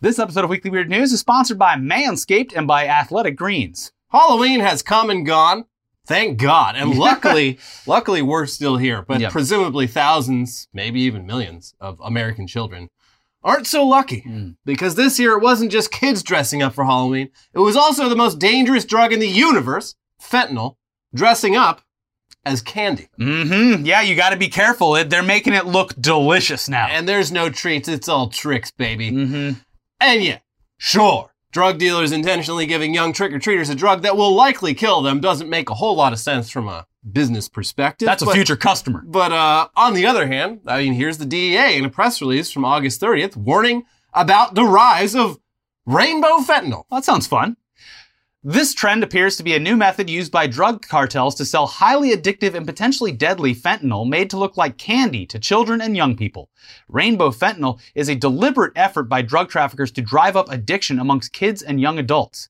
This episode of Weekly Weird News is sponsored by Manscaped and by Athletic Greens. Halloween has come and gone. Thank God. And luckily, luckily we're still here, but Yep. presumably thousands, maybe even millions of American children aren't so lucky because this year it wasn't just kids dressing up for Halloween. It was also the most dangerous drug in the universe, fentanyl, dressing up as candy. Mm-hmm. Yeah, you got to be careful. It- They're making it look delicious now. And there's no treats. It's all tricks, baby. mm-hmm. And yeah, sure, drug dealers intentionally giving young trick or treaters a drug that will likely kill them doesn't make a whole lot of sense from a business perspective. That's a but- future customer. But uh, on the other hand, I mean, here's the DEA in a press release from August 30th warning about the rise of rainbow fentanyl. Well, that sounds fun. This trend appears to be a new method used by drug cartels to sell highly addictive and potentially deadly fentanyl made to look like candy to children and young people. Rainbow fentanyl is a deliberate effort by drug traffickers to drive up addiction amongst kids and young adults.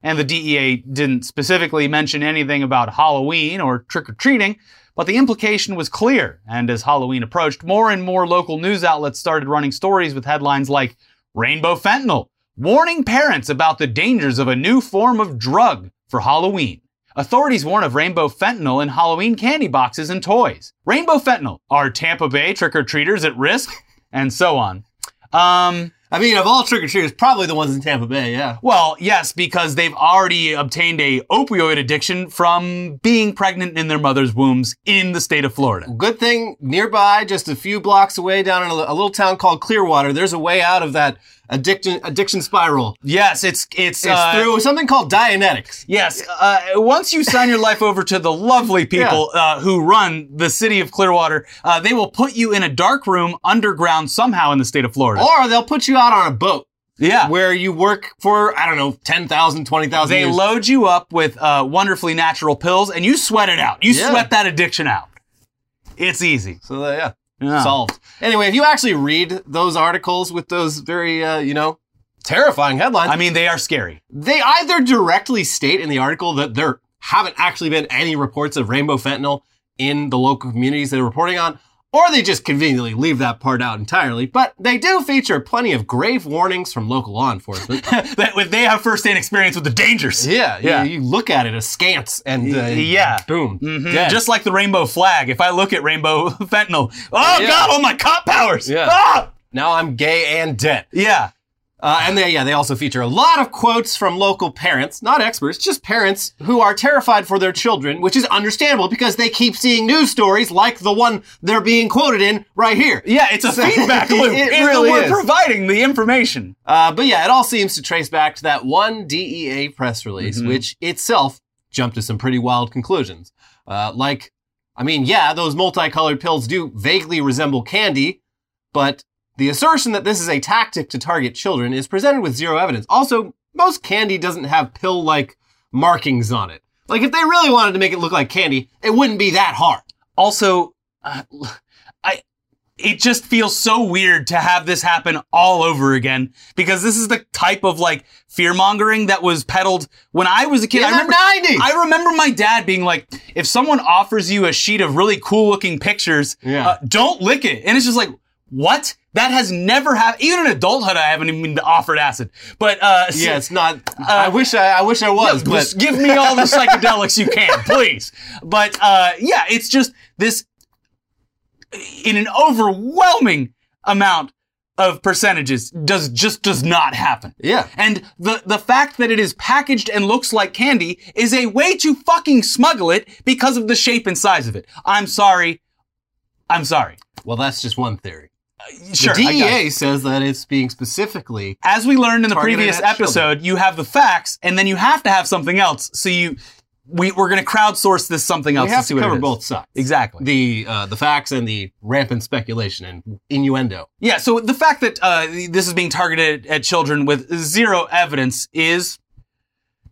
And the DEA didn't specifically mention anything about Halloween or trick or treating, but the implication was clear. And as Halloween approached, more and more local news outlets started running stories with headlines like Rainbow Fentanyl, warning parents about the dangers of a new form of drug for Halloween. Authorities warn of rainbow fentanyl in Halloween candy boxes and toys. Rainbow fentanyl. Are Tampa Bay trick or treaters at risk? And so on. Um, I mean, of all trick or treaters, probably the ones in Tampa Bay, yeah. well, yes, because they've already obtained a opioid addiction from being pregnant in their mother's wombs in the state of Florida. Good thing nearby, just a few blocks away, down in a, a little town called Clearwater, there's a way out of that addiction addiction spiral. Yes, it's it's, It's uh, through something called Dianetics. Yes, uh, once you sign your life over to the lovely people uh, who run the city of Clearwater, uh, they will put you in a dark room underground somehow in the state of Florida. Or they'll put you out on a boat yeah. where you work for, I don't know, 10,000, 20,000 They years. load you up with uh, wonderfully natural pills and you sweat it out. You Yeah. sweat that addiction out. It's easy. so, uh, yeah. Yeah. solved. Anyway, if you actually read those articles with those very, uh, you know, terrifying headlines, I mean, they are scary. they either directly state in the article that there haven't actually been any reports of rainbow fentanyl in the local communities they're reporting on, or they just conveniently leave that part out entirely. But they do feature plenty of grave warnings from local law enforcement. That they have firsthand experience with the dangers. yeah, Yeah. yeah. You, you look at it askance and uh, yeah. boom, Mhm. dead. Just like the rainbow flag. If I look at rainbow fentanyl, oh Yeah. god, all my cop powers. Yeah. Ah! now I'm gay and dead. yeah. Uh, and they, yeah, they also feature a lot of quotes from local parents, not experts, just parents who are terrified for their children, which is understandable because they keep seeing news stories like the one they're being quoted in right here. Yeah, it's a So- feedback loop. It It's- really we're is. providing the information. Uh, but yeah, it all seems to trace back to that one DEA press release, which itself jumped to some pretty wild conclusions. Uh, like, I mean, yeah, those multicolored pills do vaguely resemble candy, but the assertion that this is a tactic to target children is presented with zero evidence. Also, most candy doesn't have pill like markings on it. Like, if they really wanted to make it look like candy, it wouldn't be that hard. Also, uh, I it just feels so weird to have this happen all over again because this is the type of like fear mongering that was peddled when I was a kid. In I the remember 90s! I remember my dad being like, if someone offers you a sheet of really cool looking pictures, Yeah. uh, don't lick it. And it's just like, what? That has never happened. Even in adulthood, I haven't even been offered acid. But uh, s- yeah, it's not. uh, I wish I, I wish I was, but just give me all the psychedelics you can, please. But uh, yeah, it's just this in an overwhelming amount of percentages does just does not happen. Yeah. And the the fact that it is packaged and looks like candy is a way to fucking smuggle it because of the shape and size of it. I'm sorry. I'm sorry. well, that's just one theory. Sure. the E I got it. DEA says that it's being specifically as we learned in the Targeted previous at children. episode, you have the facts, and then you have to have something else. So you, we, we're going to crowdsource this something else we have see to what it cover is. both sides. Exactly. The uh, the facts and the rampant speculation and innuendo. yeah. So the fact that uh, this is being targeted at children with zero evidence is,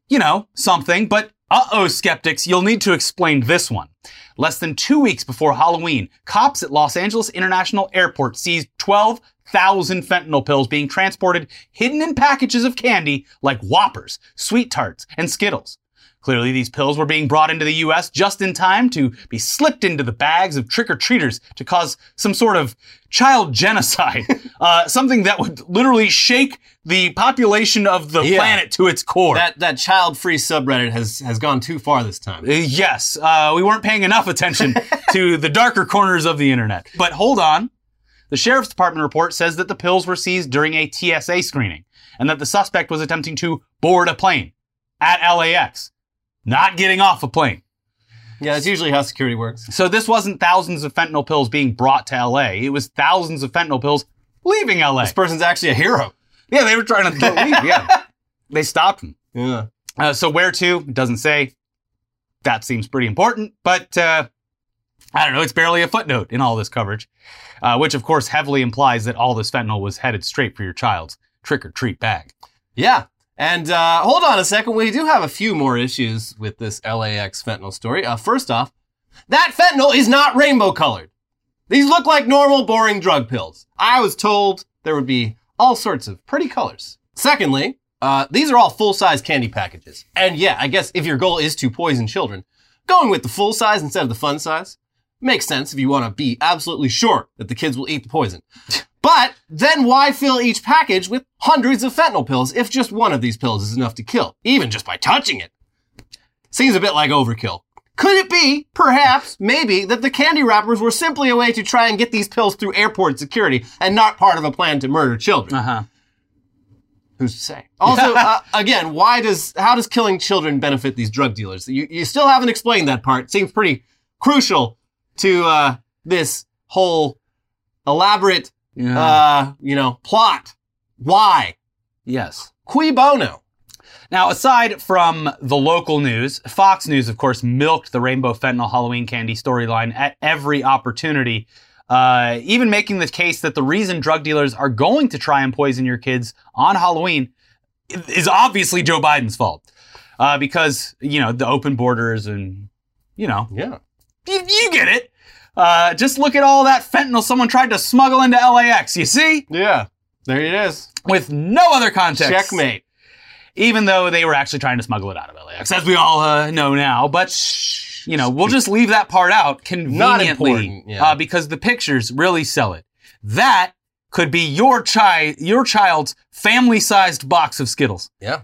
you know, something. But uh oh, skeptics, you'll need to explain this one. Less than two weeks before Halloween, cops at Los Angeles International Airport seized 12,000 fentanyl pills being transported hidden in packages of candy like Whoppers, Sweet Tarts, and Skittles. Clearly, these pills were being brought into the US just in time to be slipped into the bags of trick or treaters to cause some sort of child genocide. uh, something that would literally shake the population of the Yeah. planet to its core. That that child-free subreddit has has gone too far this time. Uh, yes, uh, we weren't paying enough attention to the darker corners of the internet. But hold on. The sheriff's department report says that the pills were seized during a TSA screening and that the suspect was attempting to board a plane at LAX, not getting off a plane. Yeah, that's usually how security works. So this wasn't thousands of fentanyl pills being brought to LA. It was thousands of fentanyl pills leaving LA. This person's actually a hero. Yeah, they were trying to leave. Yeah, they stopped him. Yeah. Uh, so where to doesn't say. That seems pretty important, but uh, I don't know. It's barely a footnote in all this coverage, uh, which of course heavily implies that all this fentanyl was headed straight for your child's trick or treat bag. Yeah. And uh, hold on a second. We do have a few more issues with this LAX fentanyl story. Uh, first off, that fentanyl is not rainbow colored. These look like normal, boring drug pills. I was told there would be all sorts of pretty colors. Secondly, uh, these are all full size candy packages. And yeah, I guess if your goal is to poison children, going with the full size instead of the fun size makes sense if you want to be absolutely sure that the kids will eat the poison. But then why fill each package with hundreds of fentanyl pills if just one of these pills is enough to kill, even just by touching it? Seems a bit like overkill. Could it be, perhaps, maybe, that the candy wrappers were simply a way to try and get these pills through airport security and not part of a plan to murder children? Uh huh. Who's to say? Also, uh, again, why does how does killing children benefit these drug dealers? You you still haven't explained that part. Seems pretty crucial to uh, this whole elaborate, Yeah. uh, you know, plot. Why? yes. Qui bono? Now, aside from the local news, Fox News, of course, milked the rainbow fentanyl Halloween candy storyline at every opportunity, uh, even making the case that the reason drug dealers are going to try and poison your kids on Halloween is obviously Joe Biden's fault. Uh, because, you know, the open borders and, you know, Yeah. you, you get it. Uh, just look at all that fentanyl someone tried to smuggle into LAX, you see? Yeah. There it is. With no other context Checkmate. even though they were actually trying to smuggle it out of LAX, as we all uh, know now. But you know, we'll just leave that part out conveniently important, yeah. uh, because the pictures really sell it. That could be your child, your child's family-sized box of Skittles. Yeah.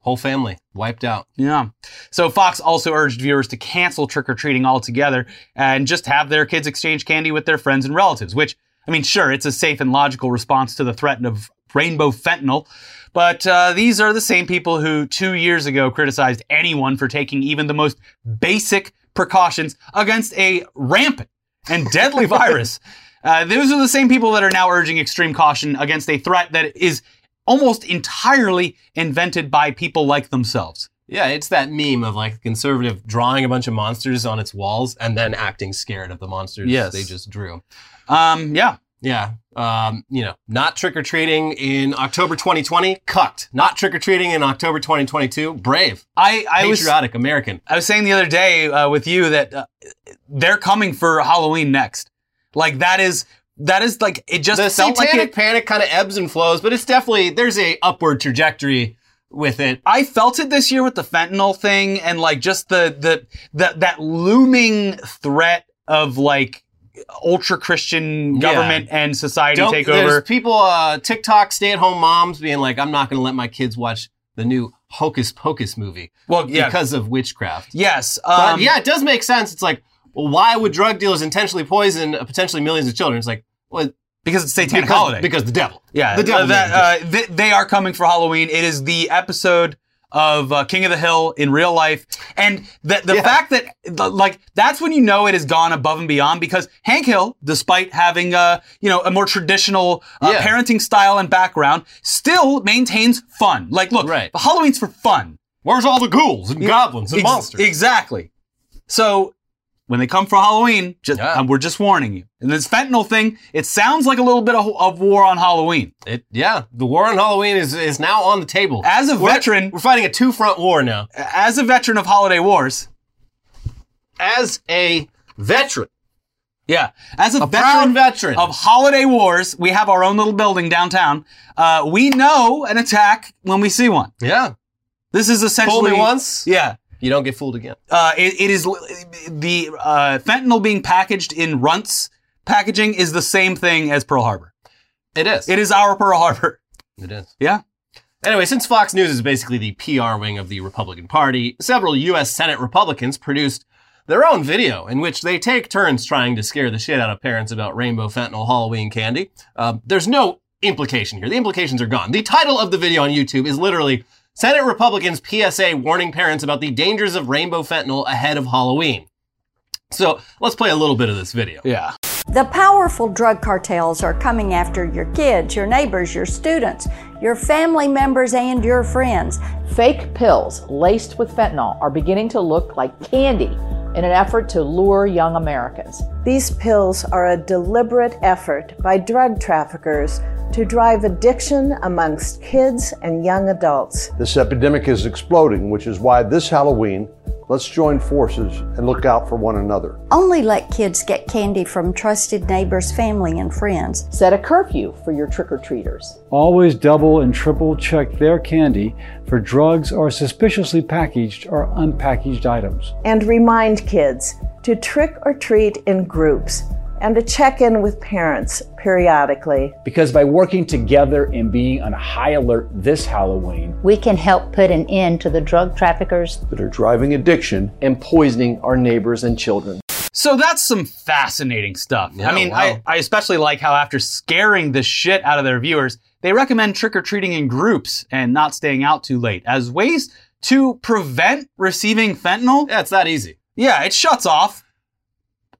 Whole family wiped out. Yeah. So Fox also urged viewers to cancel trick or treating altogether and just have their kids exchange candy with their friends and relatives. Which, I mean, sure, it's a safe and logical response to the threat of rainbow fentanyl, but uh, these are the same people who two years ago criticized anyone for taking even the most basic precautions against a rampant and deadly virus. Uh, those are the same people that are now urging extreme caution against a threat that is almost entirely invented by people like themselves. Yeah, it's that meme of like conservative drawing a bunch of monsters on its walls and then acting scared of the monsters Yes. they just drew. Um, yeah. Yeah. Um, you know, not trick or treating in October 2020, cucked. Not trick or treating in October 2022, brave, I, I was patriotic American. I was saying the other day uh, with you that uh, they're coming for Halloween next. Like that is that is like it just The felt satanic like it. panic kind of ebbs and flows, but it's definitely there's a upward trajectory with it. I felt it this year with the fentanyl thing and like just the the that that looming threat of like ultra Christian Yeah. government and society Don't- take there's over. people uh, TikTok stay-at-home moms being like, I'm not going to let my kids watch the new Hocus Pocus movie Well, yeah, because of witchcraft. yes, But um, yeah, it does make sense. It's like, well, why would drug dealers intentionally poison uh, potentially millions of children? It's like, well, because it's a satanic because, holiday. because the devil. Yeah, The devil uh, that, uh, they, they are coming for Halloween. It is the episode of uh, King of the Hill in real life, and the the Yeah. fact that the- like that's when you know it has gone above and beyond because Hank Hill, despite having uh, you know a more traditional uh, Yeah. parenting style and background, still maintains fun. Like, look, Right. Halloween's for fun. Where's all the ghouls and goblins and Ex- monsters? Exactly. So when they come for Halloween, just, Yeah. um, we're just warning you. And this fentanyl thing, it sounds like a little bit of, of war on Halloween. It- yeah, the war on Halloween is, is now on the table. As a We're- veteran, we're fighting a two front war now. as a veteran of holiday wars, As a veteran, yeah, as a, a veteran proud veteran, of holiday wars, we have our own little building downtown. Uh, we know an attack when we see one. yeah, This is Fool essentially me once, Yeah, you don't get fooled again. uh, it, it is l- the uh, fentanyl being packaged in runts packaging is the same thing as Pearl Harbor. It is. It is our Pearl Harbor. It is. Yeah. Anyway, since Fox News is basically the PR wing of the Republican Party, several U.S. Senate Republicans produced their own video in which they take turns trying to scare the shit out of parents about rainbow fentanyl Halloween candy. Uh, there's no implication here. The implications are gone. The title of the video on YouTube is literally Senate Republicans PSA warning parents about the dangers of rainbow fentanyl ahead of Halloween. So let's play a little bit of this video. Yeah. The powerful drug cartels are coming after your kids, your neighbors, your students, your family members, and your friends. Fake pills laced with fentanyl are beginning to look like candy in an effort to lure young Americans. These pills are a deliberate effort by drug traffickers to drive addiction amongst kids and young adults. This epidemic is exploding, which is why this Halloween, let's join forces and look out for one another. Only let kids get candy from trusted neighbors, family, and friends. Set a curfew for your trick or treaters. Always double and triple check their candy for drugs or suspiciously packaged or unpackaged items. And remind kids to trick or treat in groups and to check in with parents periodically. Because by working together and being on high alert this Halloween we can help put an end to the drug traffickers. That are driving addiction. and poisoning our neighbors and children. So that's some fascinating stuff. Yeah, I mean, wow. I, I especially like how after scaring the shit out of their viewers, they recommend trick or treating in groups and not staying out too late as ways to prevent receiving fentanyl. Yeah, it's that easy. Yeah, it shuts off.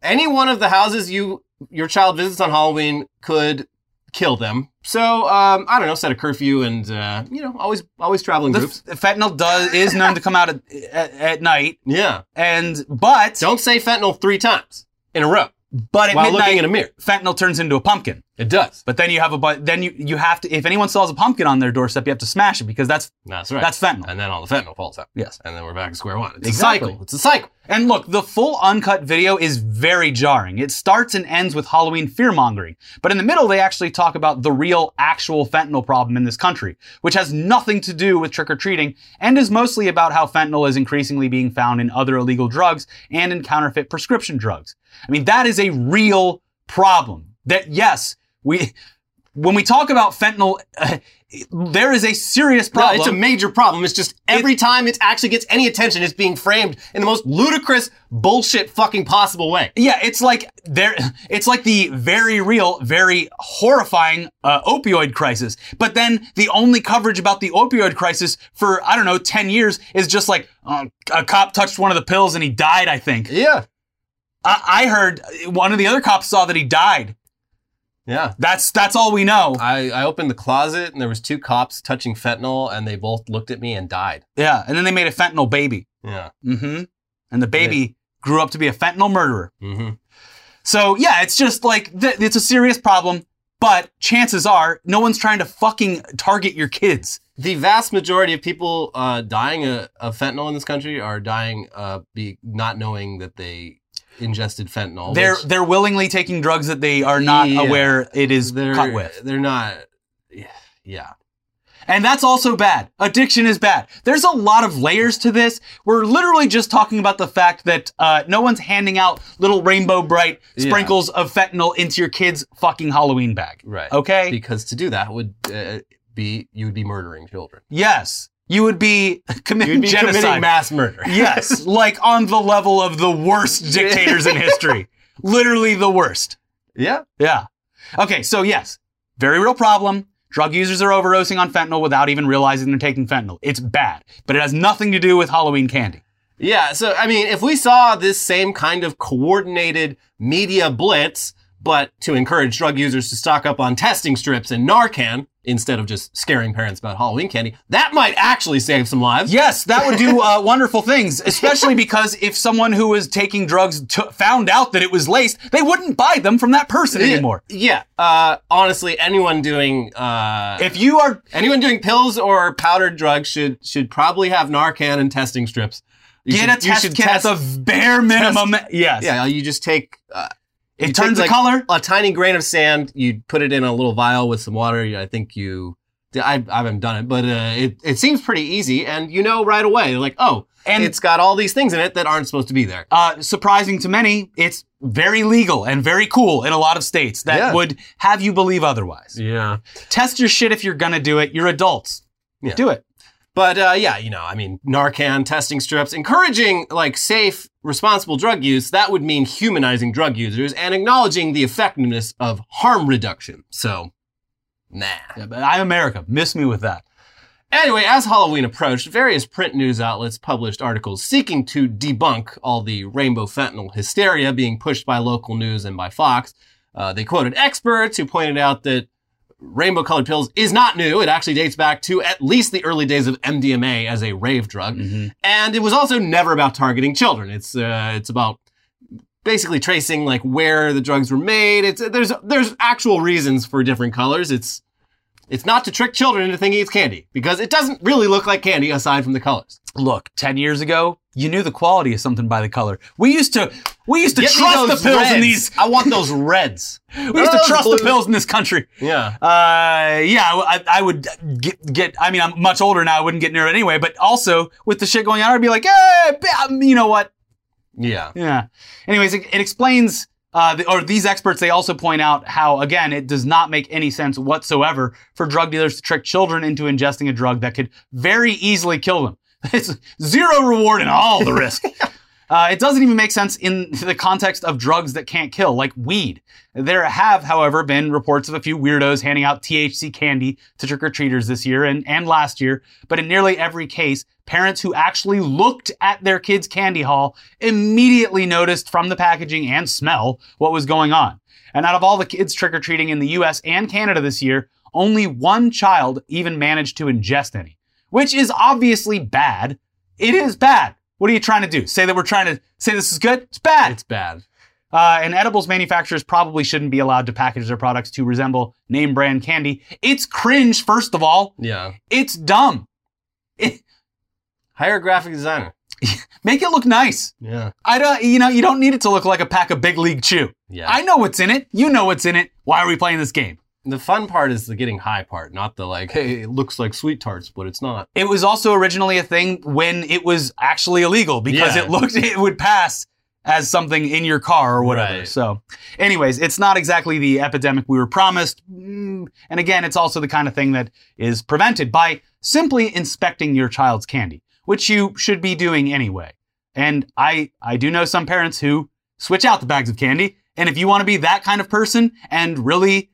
any one of the houses you your child visits on Halloween could kill them. So um, I don't know, set a curfew and uh, you know always always traveling The groups. f- fentanyl does is known to come out at, at, at night, yeah, and but don't say fentanyl three times in a row but at while midnight, looking in a mirror. fentanyl turns into a pumpkin. It does. But then you have a but then you you have to if anyone sells a pumpkin on their doorstep, you have to smash it because that's That's right. That's fentanyl. And then all the fentanyl falls out. yes. And then we're back to square one. It's Exactly. a cycle. It's a cycle. And look, the full uncut video is very jarring. It starts and ends with Halloween fear mongering. But in the middle, they actually talk about the real, actual fentanyl problem in this country, which has nothing to do with trick or treating and is mostly about how fentanyl is increasingly being found in other illegal drugs and in counterfeit prescription drugs. I mean, that is a real problem. That, yes, we, when we talk about fentanyl, there is a serious No, problem. it's a major problem. It's just every time it actually gets any attention, it's being framed in the most ludicrous bullshit fucking possible way. Yeah, it's like there. It's like the very real, very horrifying uh, opioid crisis. But then the only coverage about the opioid crisis for I don't know ten years is just like uh, a cop touched one of the pills and he died. I think Yeah. I, I heard one of the other cops saw that he died. Yeah. That's that's all we know. I, I opened the closet and there was two cops touching fentanyl and they both looked at me and died. Yeah, and then they made a fentanyl baby. Yeah. Mm-hmm. And the baby grew up to be a fentanyl murderer. Mm-hmm. So yeah, it's just like th- it's a serious problem. But chances are, no one's trying to fucking target your kids. The vast majority of people uh, dying uh, of fentanyl in this country are dying uh, be not knowing that they ingested fentanyl. They're which they're willingly taking drugs that they are not Yeah. aware it is they're, cut with, They're not. Yeah. and that's also bad. Addiction is bad. There's a lot of layers to this. We're literally just talking about the fact that uh, no one's handing out little rainbow bright Yeah. sprinkles of fentanyl into your kid's fucking Halloween bag. Right. Okay. Because to do that would uh, be you would be murdering children. yes, you would be committing You'd be genocide. committing mass murder. yes, like on the level of the worst dictators in history. Literally the worst. yeah. Yeah. Okay, so yes, very real problem. Drug users are overdosing on fentanyl without even realizing they're taking fentanyl. It's bad, but it has nothing to do with Halloween candy. Yeah, so I mean, if we saw this same kind of coordinated media blitz, but to encourage drug users to stock up on testing strips and Narcan instead of just scaring parents about Halloween candy, that might actually save some lives. Yes, that would do uh, wonderful things, especially because if someone who was taking drugs t- found out that it was laced, they wouldn't buy them from that person anymore. Yeah. Uh, honestly, anyone doing uh, If you are, anyone doing pills or powdered drugs should should probably have Narcan and testing strips. You get should- a you test should kit test- at the bare minimum. Yes. Yeah, you just take uh, It You turns take, a like, color. a tiny grain of sand. You put it in a little vial with some water. you- I think you I, I haven't done it, but uh, it, it seems pretty easy, and you know right away, like, oh, And- and it's got all these things in it that aren't supposed to be there. Uh, surprising to many, it's very legal and very cool in a lot of states that Yeah. would have you believe otherwise. Yeah. Test your shit if you're gonna do it. You're adults. Yeah. Do it. But uh, yeah, you know, I mean, Narcan testing strips, encouraging like safe, responsible drug use, that would mean humanizing drug users and acknowledging the effectiveness of harm reduction. So, nah. Yeah, but I'm America. Miss me with that. Anyway, as Halloween approached, various print news outlets published articles seeking to debunk all the rainbow fentanyl hysteria being pushed by local news and by Fox. Uh, they quoted experts who pointed out that rainbow colored pills is not new. It actually dates back to at least the early days of MDMA as a rave drug. And it was also never about targeting children. It's, uh, it's about basically tracing like where the drugs were made. It's, there's, there's actual reasons for different colors. It's, it's not to trick children into thinking it's candy because it doesn't really look like candy aside from the colors. Look, ten years ago, you knew the quality of something by the color. We used to, we used to Get me trust the those pills in reds. these. I want those reds. We used to Those trust blues. the pills in this country. Yeah. Uh, yeah, I, I would get, get, I mean, I'm much older now. I wouldn't get near it anyway. But also, with the shit going on, I'd be like, eh, ba- you know what? Yeah. Yeah. Anyways, it, it explains, uh, the, or these experts, they also point out how, again, it does not make any sense whatsoever for drug dealers to trick children into ingesting a drug that could very easily kill them. It's zero reward and all the risk. Uh, it doesn't even make sense in the context of drugs that can't kill, like weed. There have, however, been reports of a few weirdos handing out THC candy to trick or treaters this year and, and last year, but in nearly every case, parents who actually looked at their kids' candy haul immediately noticed from the packaging and smell what was going on. And out of all the kids trick or treating in the US and Canada this year, only one child even managed to ingest any, which is obviously bad. It is bad. What are you trying to do? Say that we're trying to say this is good? It's bad. It's bad. Uh, and edibles manufacturers probably shouldn't be allowed to package their products to resemble name brand candy. It's cringe, first of all. Yeah. It's dumb. Hire a graphic designer. Make it look nice. Yeah. I don't, you know, you don't need it to look like a pack of Big League Chew. Yeah. I know what's in it. You know what's in it. Why are we playing this game? the fun part is the getting high part, not the like, hey, it looks like sweet tarts, but it's not. It was also originally a thing when it was actually illegal because Yeah. it looked it would pass as something in your car or whatever. Right. So, anyways, it's not exactly the epidemic we were promised. Mm, And again, it's also the kind of thing that is prevented by simply inspecting your child's candy, which you should be doing anyway. And I I do know some parents who switch out the bags of candy, and if you want to be that kind of person and really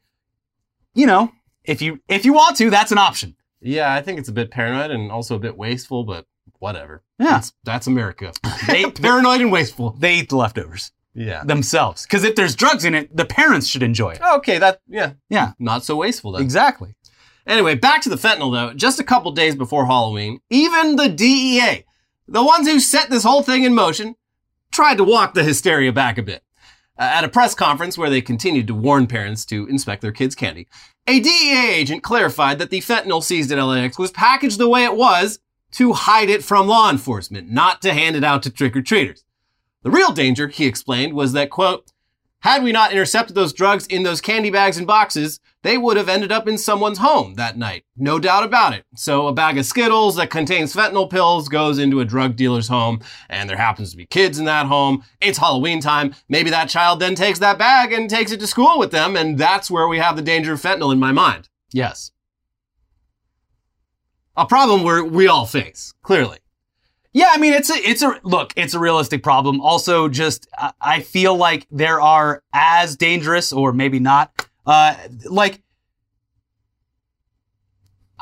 you know, if you if you want to, that's an option. Yeah, I think it's a bit paranoid and also a bit wasteful, but whatever. Yeah. That's, that's America. They, paranoid and wasteful. they eat the leftovers Yeah. themselves. Because if there's drugs in it, the parents should enjoy it. Okay, that, yeah. Yeah. Not so wasteful then. Exactly. Anyway, back to the fentanyl though. Just a couple days before Halloween, even the DEA, the ones who set this whole thing in motion, tried to walk the hysteria back a bit. Uh, at a press conference where they continued to warn parents to inspect their kids' candy, a DEA agent clarified that the fentanyl seized at LAX was packaged the way it was to hide it from law enforcement, not to hand it out to trick or treaters. The real danger, he explained, was that, quote, had we not intercepted those drugs in those candy bags and boxes, they would have ended up in someone's home that night. No doubt about it. So a bag of Skittles that contains fentanyl pills goes into a drug dealer's home, and there happens to be kids in that home. It's Halloween time. Maybe that child then takes that bag and takes it to school with them, and that's where we have the danger of fentanyl in my mind. Yes. A problem we we all face, clearly. Yeah, I mean it's a it's a look, it's a realistic problem. Also, just I, I feel like there are as dangerous or maybe not. Uh, like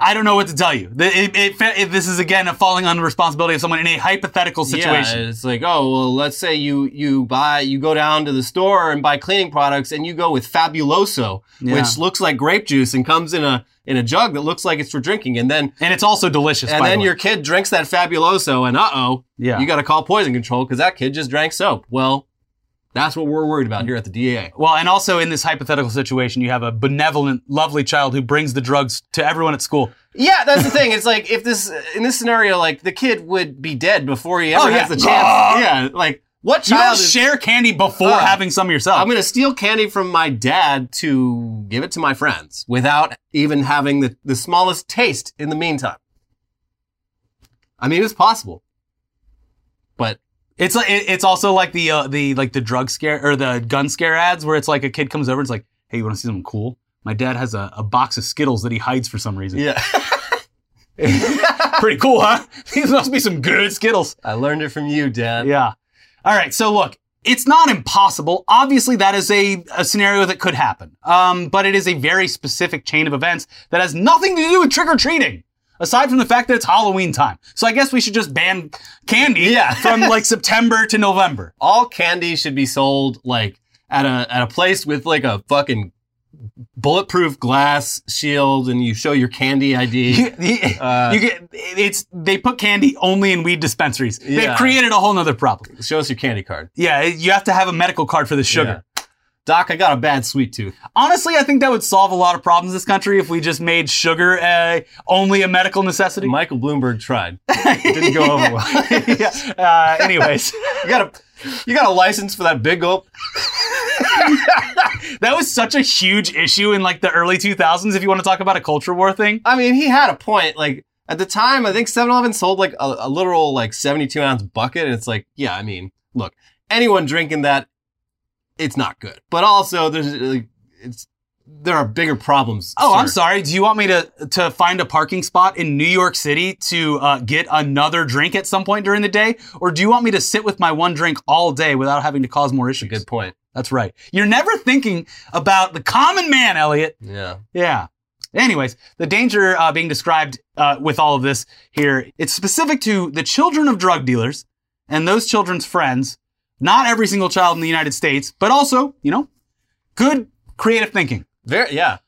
I don't know what to tell you. The- It, it, it, this is again a falling on the responsibility of someone in a hypothetical situation. Yeah, it's like, oh, well, let's say you you buy you go down to the store and buy cleaning products and you go with Fabuloso, Yeah. which looks like grape juice and comes in a in a jug that looks like it's for drinking and then and it's also delicious. and by then the way. your kid drinks that Fabuloso and uh-oh, Yeah. you got to call poison control cuz that kid just drank soap. Well, that's what we're worried about here at the DA. Well, and also in this hypothetical situation, you have a benevolent, lovely child who brings the drugs to everyone at school. Yeah, that's the thing. It's like if this in this scenario like the kid would be dead before he Oh, ever yeah. Oh. has the chance. yeah, like What You don't child is share candy before Uh, having some yourself. I'm going to steal candy from my dad to give it to my friends without even having the, the smallest taste in the meantime. I mean, it's possible. But It's like it- it's also like the uh, the like the drug scare or the gun scare ads where it's like a kid comes over and it's like, hey, you want to see something cool? My dad has a, a box of Skittles that he hides for some reason. yeah, Pretty cool, huh? These must be some good Skittles. I learned it from you, Dad. Yeah. All right. So look, it's not impossible. Obviously, that is a, a scenario that could happen. Um, but it is a very specific chain of events that has nothing to do with trick or treating. Aside from the fact that it's Halloween time. So I guess we should just ban candy Yeah. from like September to November. All candy should be sold like at a at a place with like a fucking bulletproof glass shield, and you show your candy ID. You, you- Uh, you get it's they put candy only in weed dispensaries. They've Yeah. created a whole nother problem. show us your candy card. Yeah, you have to have a medical card for the sugar. Yeah. Doc, I got a bad sweet tooth. Honestly, I think that would solve a lot of problems in this country if we just made sugar uh, only a medical necessity. Michael Bloomberg tried. It didn't go over well. yeah. Uh, anyways, You got a you got a license for that big gulp? that was such a huge issue in like the early 2000s. If you want to talk about a culture war thing, I mean, he had a point. Like at the time, I think 7-Eleven sold like a, a literal like seventy two ounce bucket, and it's like, yeah, I mean, look, anyone drinking that, it's not good. But also, there's like, it's there are bigger problems. Oh, I'm sir. sorry. Do you want me to to find a parking spot in New York City to uh, get another drink at some point during the day, or do you want me to sit with my one drink all day without having to cause more issues? Good point. That's right. You're never thinking about the common man, Elliot. Yeah. Yeah. Anyways, the danger uh, being described uh, with all of this here, it's specific to the children of drug dealers and those children's friends. Not every single child in the United States, but also, you know, good creative thinking. Very. Yeah.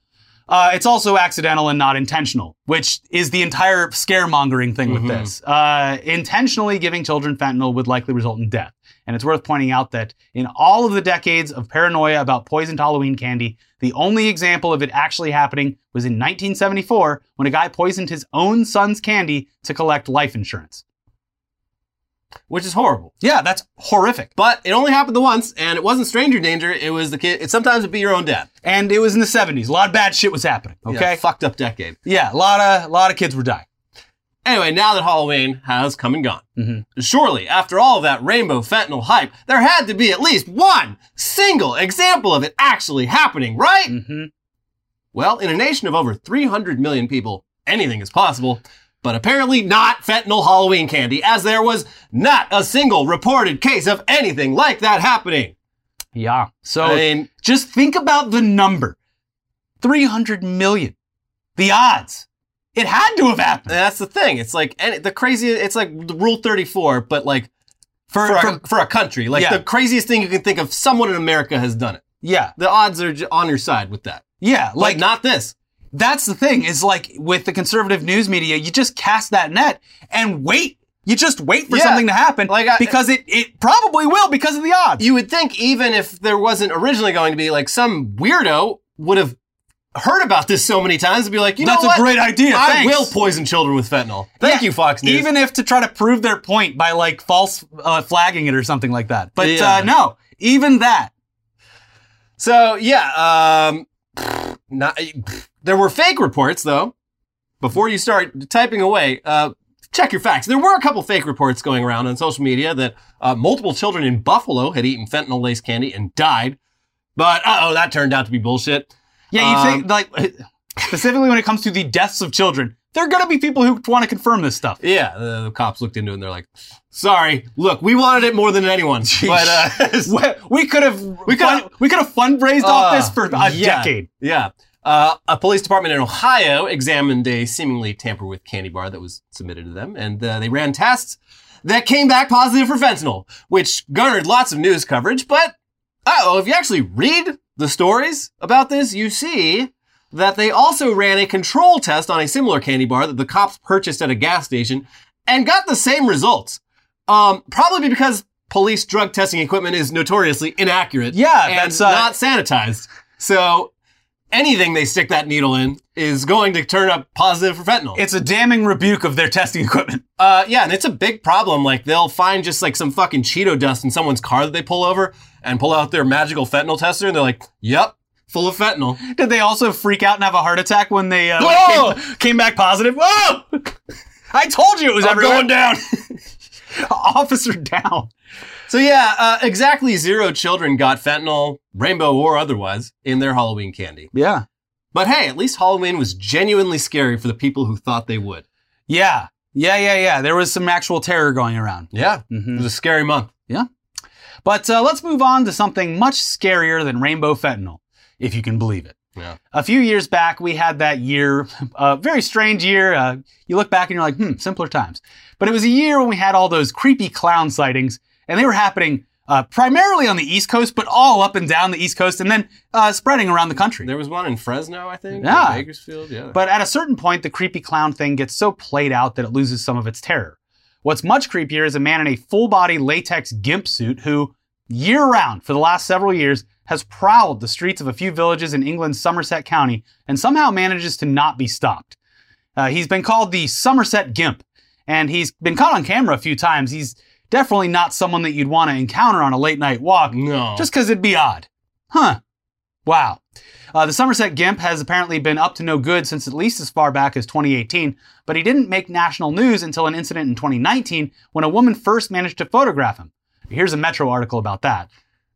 Uh, it's also accidental and not intentional, which is the entire scaremongering thing Mm-hmm. with this. Uh, intentionally giving children fentanyl would likely result in death. And it's worth pointing out that in all of the decades of paranoia about poisoned Halloween candy, the only example of it actually happening was in 1974 when a guy poisoned his own son's candy to collect life insurance. Which is horrible. Yeah, that's horrific. But it only happened the once, and it wasn't stranger danger. It was the kid. It sometimes it'd be your own dad. And it was in the 70s. A lot of bad shit was happening. Yeah, Okay. fucked up decade. Yeah, a lot of a lot of kids were dying. Anyway, now that Halloween has come and gone, Mhm. surely after all that rainbow fentanyl hype, there had to be at least one single example of it actually happening, right? hmm Well, in a nation of over 300 million people, anything is possible, but apparently not fentanyl Halloween candy, as there was not a single reported case of anything like that happening. Yeah. So I mean, Just think about the number 300 million. The odds. It had to have happened. that's the thing. It's like and the crazy. It's like Rule 34, but like for for, a, for- for a country, like Yeah. the craziest thing you can think of. Someone in America has done it. Yeah. the odds are j- on your side with that. Yeah. Like, Like, not this. that's the thing is like with the conservative news media, you just cast that net and wait. You just wait for Yeah. something to happen Like, I- because it, it probably will because of the odds. You would think even if there wasn't originally going to be like some weirdo would have heard about this so many times and be like, you That's know what? a great idea. I Thanks. will poison children with fentanyl. Thank Yeah. you, Fox News. Even if to try to prove their point by like false uh, flagging it or something like that. But Yeah. uh, no, even that. so, yeah. Um, not, there were fake reports though. Before you start typing away, uh, check your facts. There were a couple fake reports going around on social media that uh, multiple children in Buffalo had eaten fentanyl laced candy and died. But uh oh, that turned out to be bullshit. Yeah, you Um, think like specifically when it comes to the deaths of children, there are gonna be people who want to confirm this stuff. Yeah, the, the cops looked into it and they're like, "Sorry, look, we wanted it more than anyone, but uh, we we could have we Ah, could could've- have we could have fundraised off Uh, this for a yeah, decade. Yeah, uh, a police department in Ohio examined a seemingly tamper with candy bar that was submitted to them, and uh, they ran tests that came back positive for fentanyl, which garnered lots of news coverage. But oh, if you actually read the stories about this, you see. That they also ran a control test on a similar candy bar that the cops purchased at a gas station and got the same results. Um, probably because police drug testing equipment is notoriously inaccurate. Yeah, and that's, uh, not sanitized. So anything they stick that needle in is going to turn up positive for fentanyl. It's a damning rebuke of their testing equipment. Uh, yeah, and it's a big problem. Like they'll find just like some fucking Cheeto dust in someone's car that they pull over and pull out their magical fentanyl tester, and they're like, "Yep, full of fentanyl." Did they also freak out and have a heart attack when they uh, when it came, came back positive? Whoa! I told you it was I'm everywhere. going down. Officer down. so yeah, uh, exactly zero children got fentanyl, rainbow or otherwise, in their Halloween candy. Yeah. But hey, at least Halloween was genuinely scary for the people who thought they would. Yeah. Yeah, yeah, yeah. There was some actual terror going around. Yeah, it hmm was a scary month. But uh, let's move on to something much scarier than rainbow fentanyl, if you can believe it. Yeah. A few years back, we had that year, uh, very strange year. Uh, you look back and you're like, hmm, simpler times. But it was a year when we had all those creepy clown sightings, and they were happening uh, primarily on the East Coast, but all up and down the East Coast, and then uh, spreading around the country. There was one in Fresno, I think. or Yeah. Bakersfield. Yeah. But at a certain point, the creepy clown thing gets so played out that it loses some of its terror. What's much creepier is a man in a full body latex gimp suit who, year round for the last several years, has prowled the streets of a few villages in England's Somerset County and somehow manages to not be stopped. Uh, he's been called the Somerset Gimp, and he's been caught on camera a few times. He's definitely not someone that you'd want to encounter on a late night walk. no. Just because it'd be odd. Huh. Wow. Uh, the Somerset Gimp has apparently been up to no good since at least as far back as 2018, but he didn't make national news until an incident in 2019 when a woman first managed to photograph him. Here's a Metro article about that.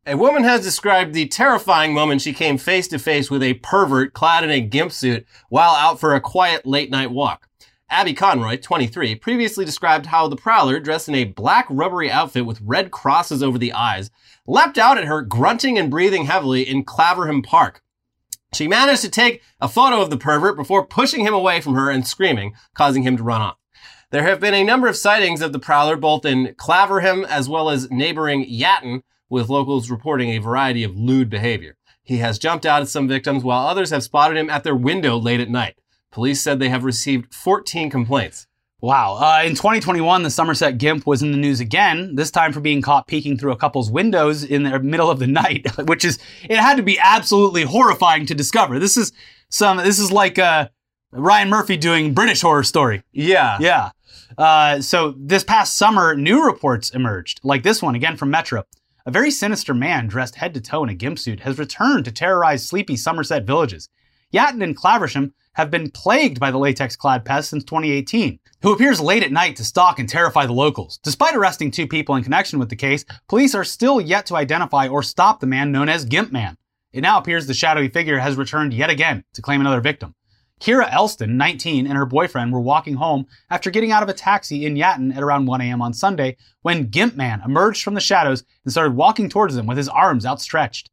A woman has described the terrifying moment she came face to face with a pervert clad in a gimp suit while out for a quiet late night walk. Abby Conroy, 23, previously described how the prowler, dressed in a black rubbery outfit with red crosses over the eyes, leapt out at her, grunting and breathing heavily in Claverham Park. She managed to take a photo of the pervert before pushing him away from her and screaming, causing him to run off. There have been a number of sightings of the prowler both in Claverham as well as neighboring Yatton, with locals reporting a variety of lewd behavior. He has jumped out at some victims while others have spotted him at their window late at night. Police said they have received 14 complaints. Wow. Uh, in 2021, the Somerset Gimp was in the news again, this time for being caught peeking through a couple's windows in the middle of the night, which is, it had to be absolutely horrifying to discover. This is some, this is like uh, Ryan Murphy doing British horror story. Yeah. Yeah. Uh, so this past summer, new reports emerged, like this one again from Metro. A very sinister man dressed head to toe in a gimp suit has returned to terrorize sleepy Somerset villages. Yatton and Claversham have been plagued by the latex clad pest since 2018, who appears late at night to stalk and terrify the locals. Despite arresting two people in connection with the case, police are still yet to identify or stop the man known as Gimp Man. It now appears the shadowy figure has returned yet again to claim another victim. Kira Elston, 19, and her boyfriend were walking home after getting out of a taxi in Yatton at around 1 a.m. on Sunday when Gimp Man emerged from the shadows and started walking towards them with his arms outstretched.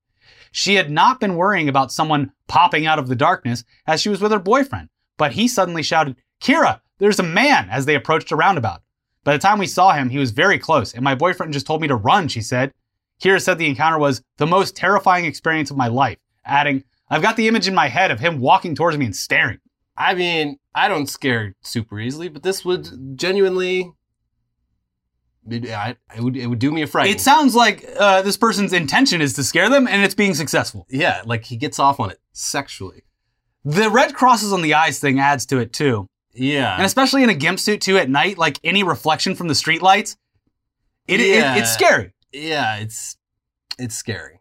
She had not been worrying about someone popping out of the darkness as she was with her boyfriend, but he suddenly shouted, Kira, there's a man, as they approached a roundabout. By the time we saw him, he was very close, and my boyfriend just told me to run, she said. Kira said the encounter was the most terrifying experience of my life, adding, I've got the image in my head of him walking towards me and staring. I mean, I don't scare super easily, but this would genuinely. It, I, it, would, it would do me a fright. It sounds like uh, this person's intention is to scare them, and it's being successful. yeah, like he gets off on it sexually. The red crosses on the eyes thing adds to it too, Yeah. and especially in a gimp suit too at night, like any reflection from the streetlights, it, it- Yeah. it's scary. yeah, it's it's scary.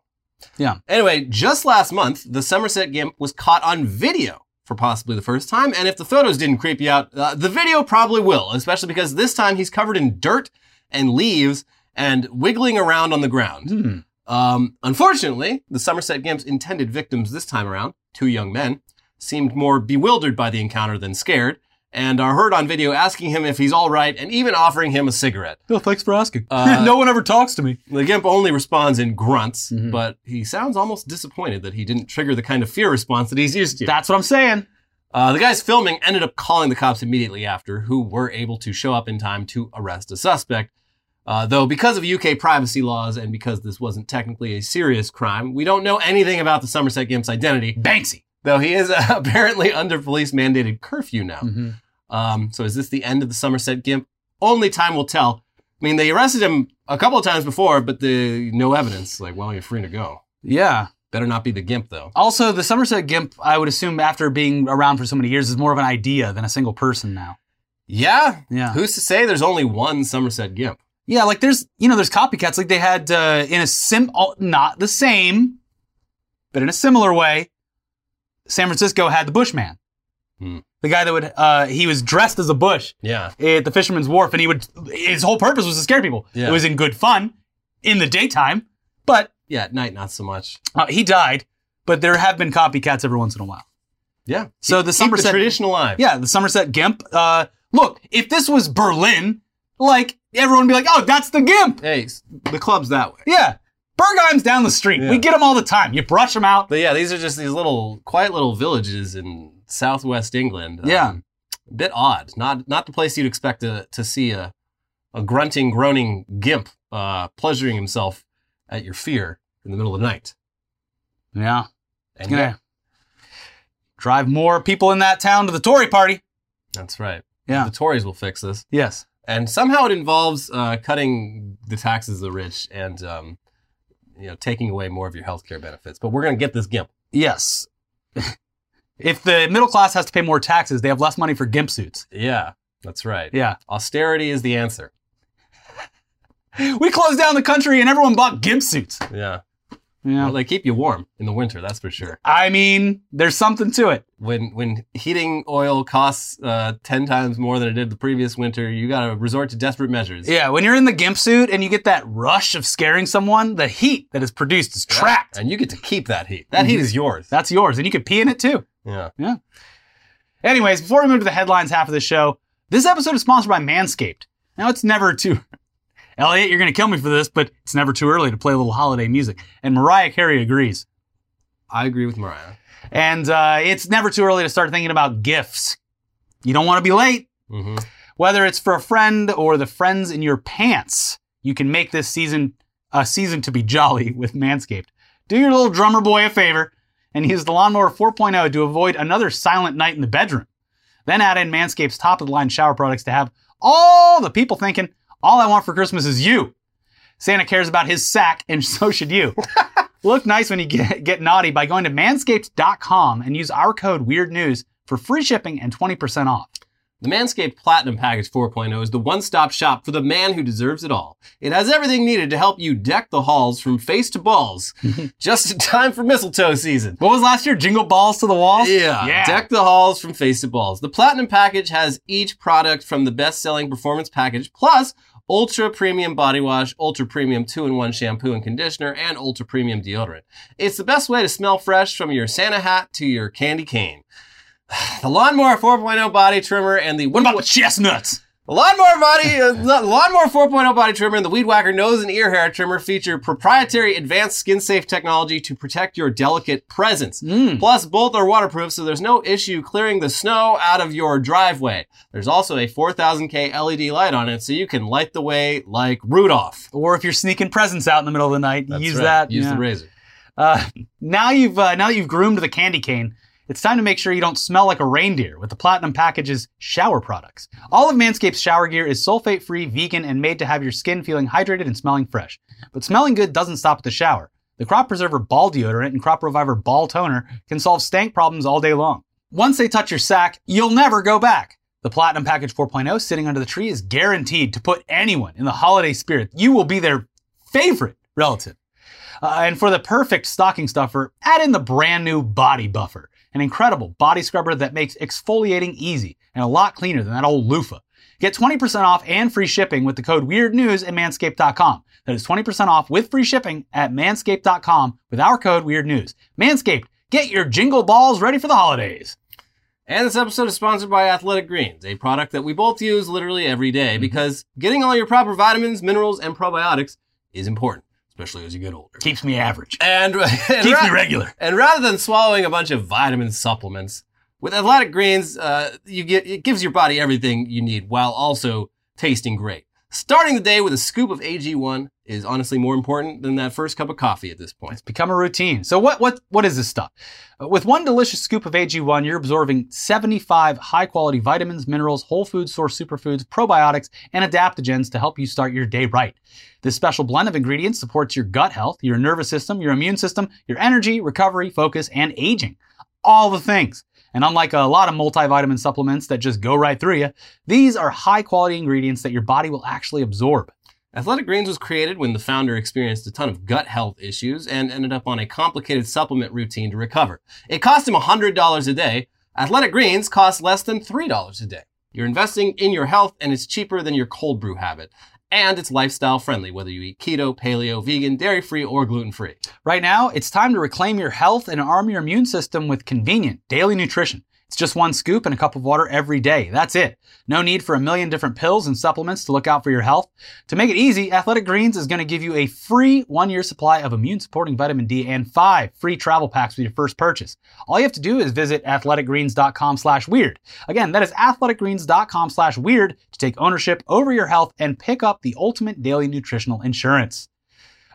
Yeah. Anyway, just last month, the Somerset Gimp was caught on video for possibly the first time, and if the photos didn't creep you out, uh, the video probably will, especially because this time he's covered in dirt and leaves and wiggling around on the ground. Hmm. Um, unfortunately, the Somerset Gimp's intended victims this time around, two young men, seemed more bewildered by the encounter than scared, and are heard on video asking him if he's all right and even offering him a cigarette. Oh, thanks for asking. Uh, no one ever talks to me. The Gimp only responds in grunts, Mhm. but he sounds almost disappointed that he didn't trigger the kind of fear response that he's used to. That's what I'm saying. Uh, the guys filming ended up calling the cops immediately after, who were able to show up in time to arrest a suspect. Uh, though, because of UK privacy laws and because this wasn't technically a serious crime, we don't know anything about the Somerset Gimp's identity, Banksy. though he is uh, apparently under police mandated curfew now. Mm-hmm. Um, so is this the end of the Somerset Gimp? Only time will tell. I mean, they arrested him a couple of times before, but the no evidence. Like, well, you're free to go. Yeah. Better not be the GIMP, though. Also, the Somerset Gimp, I would assume, after being around for so many years, is more of an idea than a single person now. Yeah. Yeah. Who's to say there's only one Somerset GIMP? Yeah, like there's, you know, there's copycats. Like they had uh, in a sim, oh, not the same, but in a similar way, San Francisco had the Bushman. Hmm. The guy that would, uh, he was dressed as a bush Yeah. at the Fisherman's Wharf, and he would, his whole purpose was to scare people. Yeah. It was in good fun in the daytime, but Yeah, at night, not so much. uh, he died. But there have been copycats every once in a while. Yeah. So the Keep Somerset- tradition alive. Yeah, the Somerset Gimp. Uh, look, if this was Berlin, like everyone would be like, "Oh, that's the Gimp." Hey, s- the club's that way. Yeah, Bergheim's down the street. Yeah. We get them all the time. You brush them out. But yeah, these are just these little quiet little villages in southwest England. Yeah. a bit odd. Not not the place you'd expect to to see a a grunting, groaning gimp uh, pleasuring himself at your fear in the middle of the night. Yeah, And gonna yeah, drive more people in that town to the Tory party. that's right. Yeah. The Tories will fix this. Yes. and somehow it involves uh, cutting the taxes of the rich and um, you know taking away more of your healthcare benefits. But we're gonna get this gimp. Yes. if the middle class has to pay more taxes, they have less money for Gimp suits. Yeah, that's right. Yeah. Austerity is the answer. We closed down the country and everyone bought Gimp suits. Yeah, Yeah. Well, they keep you warm in the winter, that's for sure. I mean, there's something to it. When when heating oil costs uh, ten times more than it did the previous winter, you gotta resort to desperate measures. Yeah, when you're in the gimp suit and you get that rush of scaring someone, the heat that is produced is trapped. And you get to keep that heat. That Mm-hmm. heat is yours. That's yours, and you could pee in it too. yeah. Anyways, before we move to the headlines half of the show, this episode is sponsored by Manscaped. Now it's never too Elliot, you're gonna kill me for this, but it's never too early to play a little holiday music. And Mariah Carey agrees. I agree with Mariah. And uh, it's never too early to start thinking about gifts. You don't want to be late. hmm Whether it's for a friend or the friends in your pants, you can make this season a season to be jolly with Manscaped. Do your little drummer boy a favor and use the Lawnmower 4.0 to avoid another silent night in the bedroom. Then add in Manscaped's top of the line shower products to have all the people thinking, all I want for Christmas is you. Santa cares about his sack, and so should you. Look nice when you get, get naughty by going to manscaped.com and use our code WEIRDNEWS for free shipping and 20% off. The Manscaped Platinum Package 4.0 is the one stop shop for the man who deserves it all. It has everything needed to help you deck the halls from face to balls, just in time for mistletoe season. What was last year? Jingle balls to the walls? Yeah, Yeah. deck the halls from face to balls. The Platinum Package has each product from the best selling Performance Package, plus Ultra Premium Body Wash, Ultra Premium 2 in 1 Shampoo and Conditioner, and Ultra Premium Deodorant. It's the best way to smell fresh from your Santa hat to your candy cane. The Lawnmower 4.0 Body Trimmer and the What about the chestnuts? The Lawnmower body, uh, the lawnmower 4.0 body trimmer and the weed whacker nose and ear hair trimmer feature proprietary advanced skin safe technology to protect your delicate presence. Mm. Plus, both are waterproof, so there's no issue clearing the snow out of your driveway. There's also a 4000K LED E light on it, so you can light the way like Rudolph. Or if you're sneaking presents out in the middle of the night, That's use right. that. Use yeah. the razor. Uh, now you've uh, now that you've groomed the candy cane, it's time to make sure you don't smell like a reindeer with the Platinum Package's shower products. All of Manscaped's shower gear is sulfate-free, vegan, and made to have your skin feeling hydrated and smelling fresh. But smelling good doesn't stop at the shower. The Crop Preserver Ball Deodorant and Crop Reviver Ball Toner can solve stank problems all day long. Once they touch your sack, you'll never go back. The Platinum Package 4.0 sitting under the tree is guaranteed to put anyone in the holiday spirit. You will be their favorite relative. Uh, and for the perfect stocking stuffer, add in the brand new Body Buffer, an incredible body scrubber that makes exfoliating easy and a lot cleaner than that old loofah. Get 20% off and free shipping with the code WeirdNews at manscaped.com. That is 20% off with free shipping at manscaped.com with our code WeirdNews. Manscaped, get your jingle balls ready for the holidays. And this episode is sponsored by Athletic Greens, a product that we both use literally every Mm-hmm. day because getting all your proper vitamins, minerals, and probiotics is important, especially as you get older. Keeps me average. And, and Keeps me ra- regular. And rather than swallowing a bunch of vitamin supplements, with Athletic Greens, uh, you get it gives your body everything you need while also tasting great. Starting the day with a scoop of AG1 is honestly more important than that first cup of coffee at this point. It's become a routine. So what what what is this stuff? Uh, With one delicious scoop of AG1, you're absorbing 75 high-quality vitamins, minerals, whole food source superfoods, probiotics, and adaptogens to help you start your day right. This special blend of ingredients supports your gut health, your nervous system, your immune system, your energy, recovery, focus, and aging. All the things. And unlike a lot of multivitamin supplements that just go right through you, these are high-quality ingredients that your body will actually absorb. Athletic Greens was created when the founder experienced a ton of gut health issues and ended up on a complicated supplement routine to recover. It cost him $100 a day. Athletic Greens costs less than $3 a day. You're investing in your health and it's cheaper than your cold brew habit. And it's lifestyle friendly, whether you eat keto, paleo, vegan, dairy free, or gluten free. Right now, it's time to reclaim your health and arm your immune system with convenient daily nutrition. It's just one scoop and a cup of water every day. That's it. No need for a million different pills and supplements to look out for your health. To make it easy, Athletic Greens is going to give you a free one year supply of immune supporting vitamin D and five free travel packs with your first purchase. All you have to do is visit athleticgreens.com slash weird. Again, that is athleticgreens.com slash weird to take ownership over your health and pick up the ultimate daily nutritional insurance.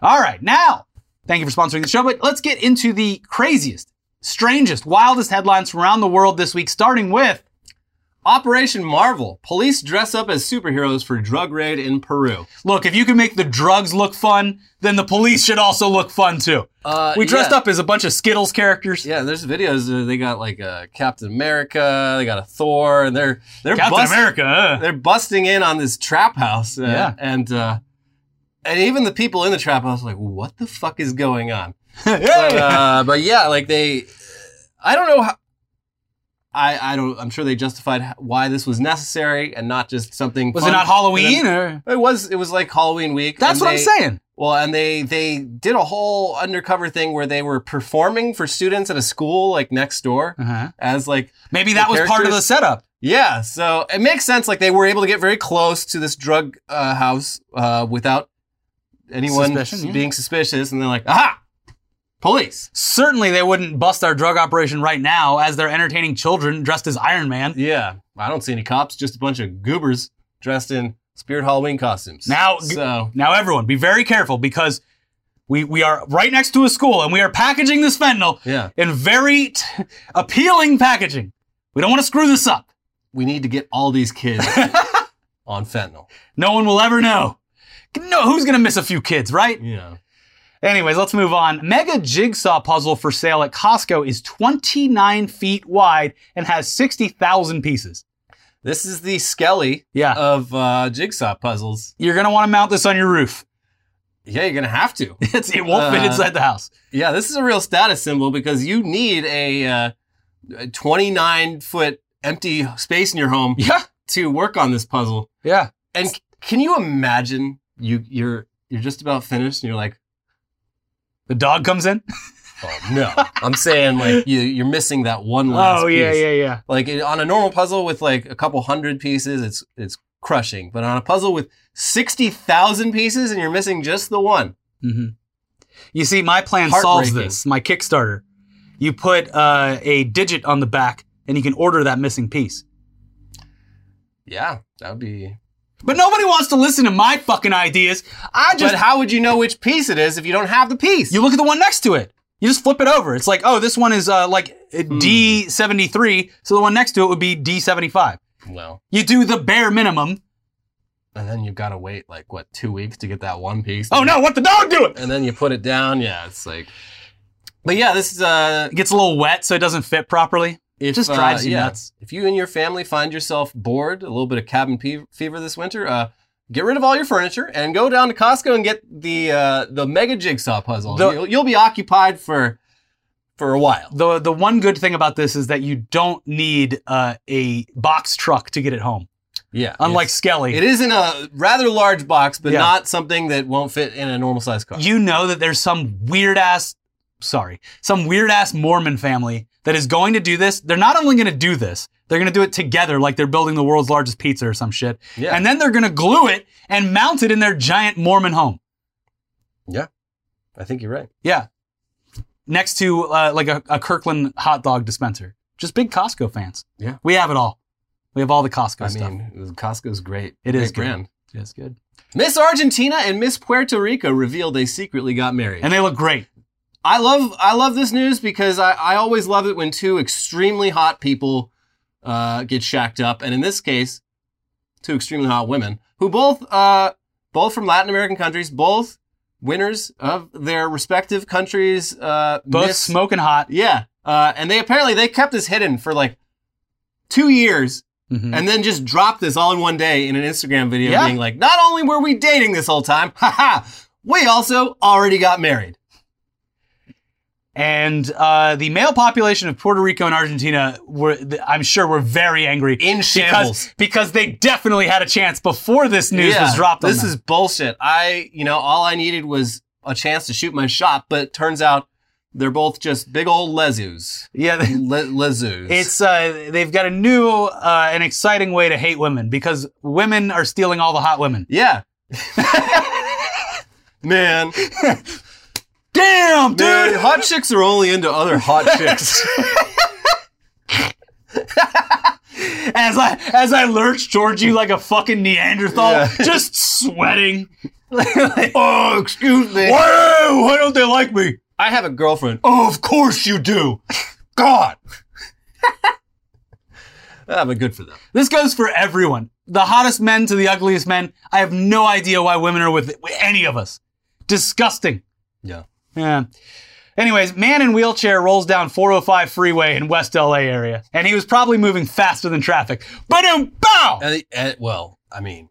All right, now Thank you for sponsoring the show, but let's get into the craziest, strangest, wildest headlines from around the world this week, starting with Operation Marvel. Police dress up as superheroes for drug raid in Peru. look, if you can make the drugs look fun, then the police should also look fun too. Uh, we dressed yeah. up as a bunch of Skittles characters. Yeah, there's videos. uh, They got like uh, Captain America. They got a Thor. And they're they're Captain bust- America. uh. They're busting in on this trap house. uh, Yeah. and uh, and even the people in the trap house are like, what the fuck is going on? But, Hey! uh, but yeah, like they, I don't know how. I, I don't. I'm sure they justified h- why this was necessary and not just something. Was fun it not for them. Halloween? Or? It was. It was like Halloween week. That's and what I'm they- saying. well, and they they did a whole undercover thing where they were performing for students at a school like next door Uh-huh. as like Maybe The that was part of characters- the setup. yeah. So it makes sense like they were able to get very close to this drug uh, house uh, without anyone Suspicion, yeah. being suspicious, and they're like, aha, police. Certainly, they wouldn't bust our drug operation right now as they're entertaining children dressed as Iron Man. Yeah, I don't see any cops, just a bunch of goobers dressed in spirit Halloween costumes. Now- so Now, everyone, be very careful because we, we are right next to a school and we are packaging this fentanyl yeah, in very t- appealing packaging. We don't want to screw this up. we need to get all these kids on fentanyl. No one will ever know. No, who's going to miss a few kids, right? Yeah. Anyways, let's move on. Mega jigsaw puzzle for sale at Costco is 29 feet wide and has 60,000 pieces. This is the Skelly Yeah. of uh, jigsaw puzzles. You're going to want to mount this on your roof. Yeah, you're gonna have to. It's, it won't fit Uh, inside the house. yeah, this is a real status symbol because you need a, uh, a 29 foot empty space in your home Yeah. to work on this puzzle. Yeah. And c- can you imagine you you're you're just about finished and you're like, The dog comes in. oh no, I'm saying like you you're missing that one last. Oh, yeah, piece. yeah, yeah. Like it- on a normal puzzle with like a couple hundred pieces, it's it's crushing. But on a puzzle with sixty thousand pieces and you're missing just the one. hmm You see, my plan solves Heartbreaking. this. My Kickstarter. You put uh, a digit on the back, and you can order that missing piece. Yeah, that would be But nobody wants to listen to my fucking ideas. I just but how would you know which piece it is if you don't have the piece? you look at the one next to it. You just flip it over. It's like, oh, this one is uh, like Hmm. D seventy three, so the one next to it would be D seventy five. well, You do the bare minimum. and then you've got to wait like what two weeks to get that one piece. Oh no, what the dog doing? And then you put it down. Yeah, it's like. But yeah, this is uh, It gets a little wet, so it doesn't fit properly. if, just uh, drives you yeah, nuts. If you and your family find yourself bored, a little bit of cabin pe- fever this winter, uh, get rid of all your furniture and go down to Costco and get the uh, the mega jigsaw puzzle. The- you'll, you'll be occupied for for a while. The the one good thing about this is that you don't need uh, a box truck to get it home, Yeah, unlike it's- Skelly. it is in a rather large box, but Yeah. not something that won't fit in a normal size car. you know that there's some weird ass sorry some weird ass mormon family that is going to do this they're not only going to do this they're going to do it together like they're building the world's largest pizza or some shit Yeah. and then they're going to glue it and mount it in their giant mormon home I think you're right. yeah next to uh, like a, a kirkland hot dog dispenser just big costco fans Yeah. we have it all we have all the costco I stuff mean, Costco's great. It Great is good. brand. it's good Miss Argentina and Miss Puerto Rico reveal they secretly got married. And they look great. I love I love this news because I, I always love it when two extremely hot people uh, get shacked up, and in this case, two extremely hot women who both uh, both from Latin American countries, both winners of their respective countries. Uh, Both Miss- smoking hot. yeah, uh, and they apparently they kept this hidden for like two years. Mhm. And then just dropped this all in one day in an Instagram video, Yeah. being like, "Not only were we dating this whole time, haha, we also already got married." And uh, the male population of Puerto Rico and Argentina were, th- I'm sure, were very angry In shambles. because, because they definitely had a chance before this news was dropped. on This them. is bullshit. I, you know, all I needed was a chance to shoot my shot, but turns out they're both just big old lezus. yeah. they- Le- lezus. It's uh, they've got a new uh, and exciting way to hate women because women are stealing all the hot women. yeah. Man, dude, Damn, dude! hot chicks are only into other hot chicks. As I as I lurch towards you like a fucking Neanderthal, Yeah. just sweating. oh, excuse me. Why, why don't they like me? I have a girlfriend. Oh, of course you do. God. Ah, but good for them. This goes for everyone. The hottest men to the ugliest men. I have no idea why women are with any of us. Disgusting. Yeah. Yeah. Anyways, man in wheelchair rolls down 405 freeway in West LA area, and he was probably moving faster than traffic. But um, bow. Uh, uh, well, I mean,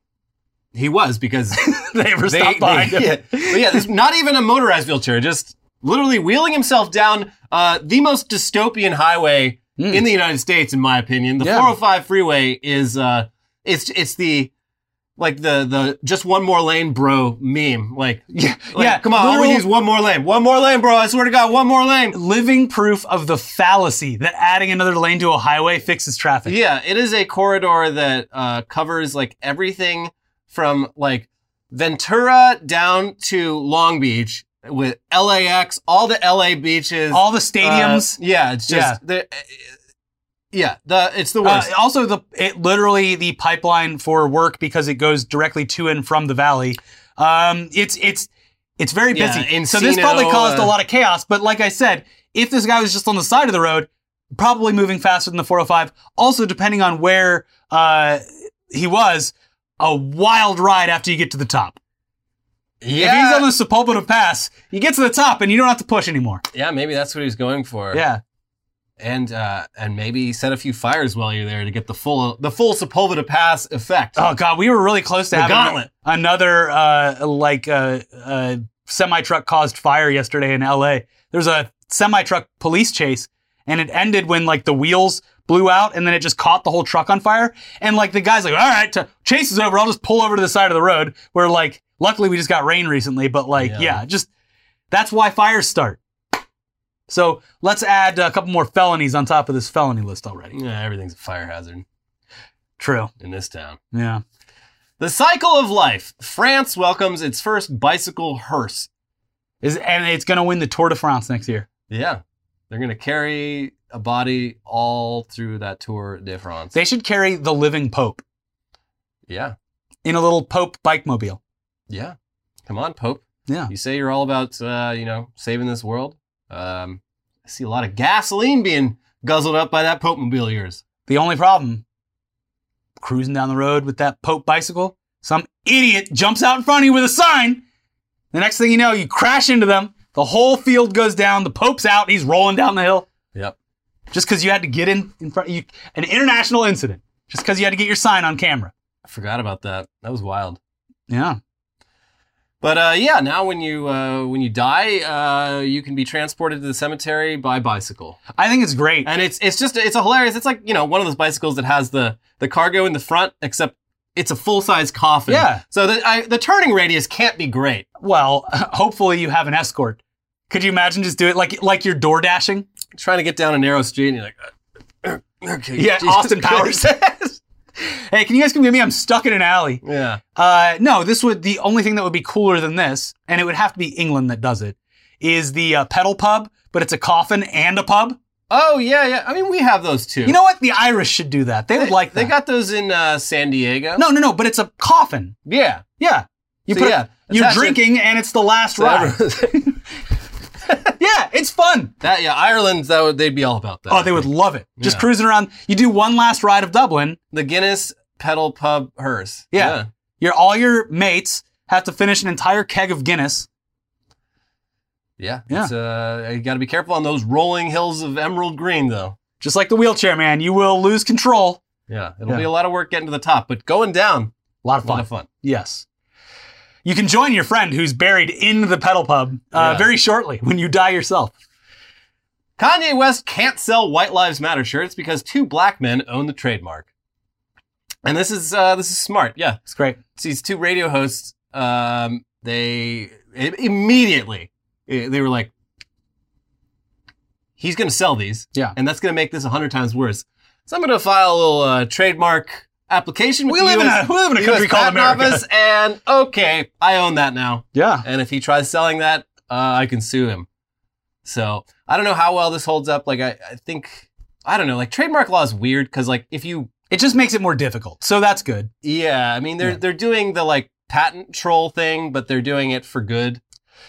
he was because They were They- stopped behind they- him. Yeah, But yeah, this, not even a motorized wheelchair, just literally wheeling himself down uh, the most dystopian highway in the United States, in my opinion. The Hmm. Yeah. 405 freeway is uh, it's it's the like the the just one more lane, bro meme. Like, Yeah, like, yeah, come on, all we literal- need is one more lane, one more lane, bro. I swear to God, one more lane. Living proof of the fallacy that adding another lane to a highway fixes traffic. Yeah, it is a corridor that uh, covers like everything from like Ventura down to Long Beach with LAX, all the LA beaches, All the uh, stadiums. yeah, it's Yeah. just the eh, yeah, the it's the Uh, worst. also, the it literally the pipeline for work because it goes directly to and from the valley. Um, it's it's it's very Yeah, busy, so this Encino, probably caused uh, a lot of chaos. But like I said, if this guy was just on the side of the road, probably moving faster than the 405. Also, depending on where uh, he was, a wild ride after you get to the top. If he's on the Sepulveda Pass, you get to the top and you don't have to push anymore. yeah, maybe that's what he's going for. Yeah, and uh, and maybe set a few fires while you're there to get the full the full Sepulveda Pass effect. Oh god, we were really close to The having gauntlet. another uh, like uh, uh, semi truck caused fire yesterday in L.A. There's a semi truck police chase, and it ended when like the wheels blew out, and then it just caught the whole truck on fire. And like the guy's like, "All right, t- chase is over. I'll just pull over to the side of the road." Where like, luckily we just got rain recently, but like, Yeah. yeah, just that's why fires start. So let's add a couple more felonies on top of this felony list already. Yeah, everything's a fire hazard True. in this town. Yeah. The cycle of life. France welcomes its first bicycle hearse. Is and it's gonna win the Tour de France next year. Yeah. They're going to carry a body all through that Tour de France. They should carry the living Pope yeah. in a little Pope bike mobile. Yeah. Come on, Pope. Yeah. You say you're all about, uh, you know, saving this world. Um, I see a lot of gasoline being guzzled up by that Pope mobile of yours. The only problem, cruising down the road with that Pope bicycle, some idiot jumps out in front of you with a sign. The next thing you know, you crash into them. The whole field goes down. The Pope's out. He's rolling down the hill Yep. just because you had to get in in front. You an international incident just because you had to get your sign on camera. I forgot about that. That was wild. Yeah. But uh, yeah, now when you uh, when you die, uh, you can be transported to the cemetery by bicycle. I think it's great. and it's it's just it's a hilarious. It's like you know one of those bicycles that has the the cargo in the front, except it's a full size coffin. Yeah. So the I, the turning radius can't be great. Well, hopefully you have an escort. Could you imagine just do it like like you're door dashing? trying to get down a narrow street, and you're like, uh, okay, Yeah, Jesus Austin Powers. Christ. hey, can you guys come get me? I'm stuck in an alley. yeah. Uh, no, this would the only thing that would be cooler than this, and it would have to be England that does it, is the uh, pedal pub, but it's a coffin and a pub. Oh yeah, yeah. I mean, we have those too. You know what? The Irish should do that. They, they, would like that. they got those in uh, San Diego. no, no, no. But it's a coffin. Yeah. Yeah, You So, put a- yeah, you're attach it. drinking, and it's the last ride. yeah, it's fun. that yeah, Ireland. That would they'd be all about that. Oh, they would love it. Just Yeah. cruising around. You do one last ride of Dublin. the Guinness pedal pub hearse. Yeah. Your all your mates have to finish an entire keg of Guinness. yeah. Yeah. It's, uh, you got to be careful on those rolling hills of emerald green, though. Just like the wheelchair man, you will lose control. Yeah, it'll be a lot of work getting to the top, but going down, A lot of a fun. lot of fun. Yes. You can join your friend who's buried in the pedal pub uh, Yeah. very shortly when you die yourself. Kanye West can't sell White Lives Matter shirts because two black men own the trademark. And this is uh, this is smart. Yeah, It's great. it's these two radio hosts. Um, they i- immediately i- they were like, "He's going to sell these, Yeah. and that's going to make this a hundred times worse." So I'm going to file a little uh, trademark application. With We the live in US a- we live in a US country called Patent America. Office, and okay, I own that now. Yeah. And if he tries selling that, uh, I can sue him. So I don't know how well this holds up. Like I, I think I don't know. Like trademark law is weird because like if you It just makes it more difficult. So that's good. yeah, I mean they're they're doing the like patent troll thing, but they're doing it for good.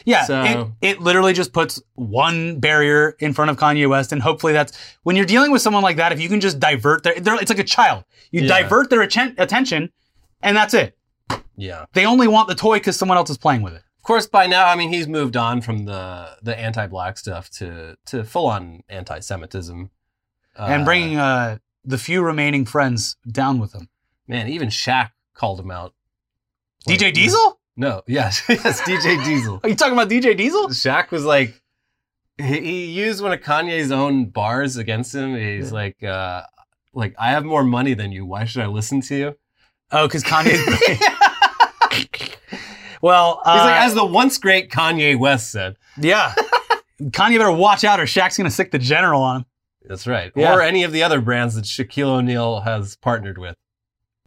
Yeah. So- It, it literally just puts one barrier in front of Kanye West. And hopefully that's when you're dealing with someone like that, if you can just divert their, they're, it's like a child. You Yeah. divert their atten- attention and that's it. Yeah. They only want the toy because someone else is playing with it. Of course, by now I mean he's moved on from the the anti-black stuff to to full on anti-Semitism. Uh, and bringing uh, the few remaining friends down with them. man, even Shaq called him out. DJ Like, Diesel? No, yes, yes, DJ Diesel. Are you talking about DJ Diesel? Shaq was like, he, he used one of Kanye's own bars against him. He's like, uh, like I have more money than you. Why should I listen to you? Oh, because Kanye's. He's well, uh, like, as the once great Kanye West said. yeah. Kanye better watch out or Shaq's going to sick the general on him. That's right. Yeah. Or any of the other brands that Shaquille O'Neal has partnered with.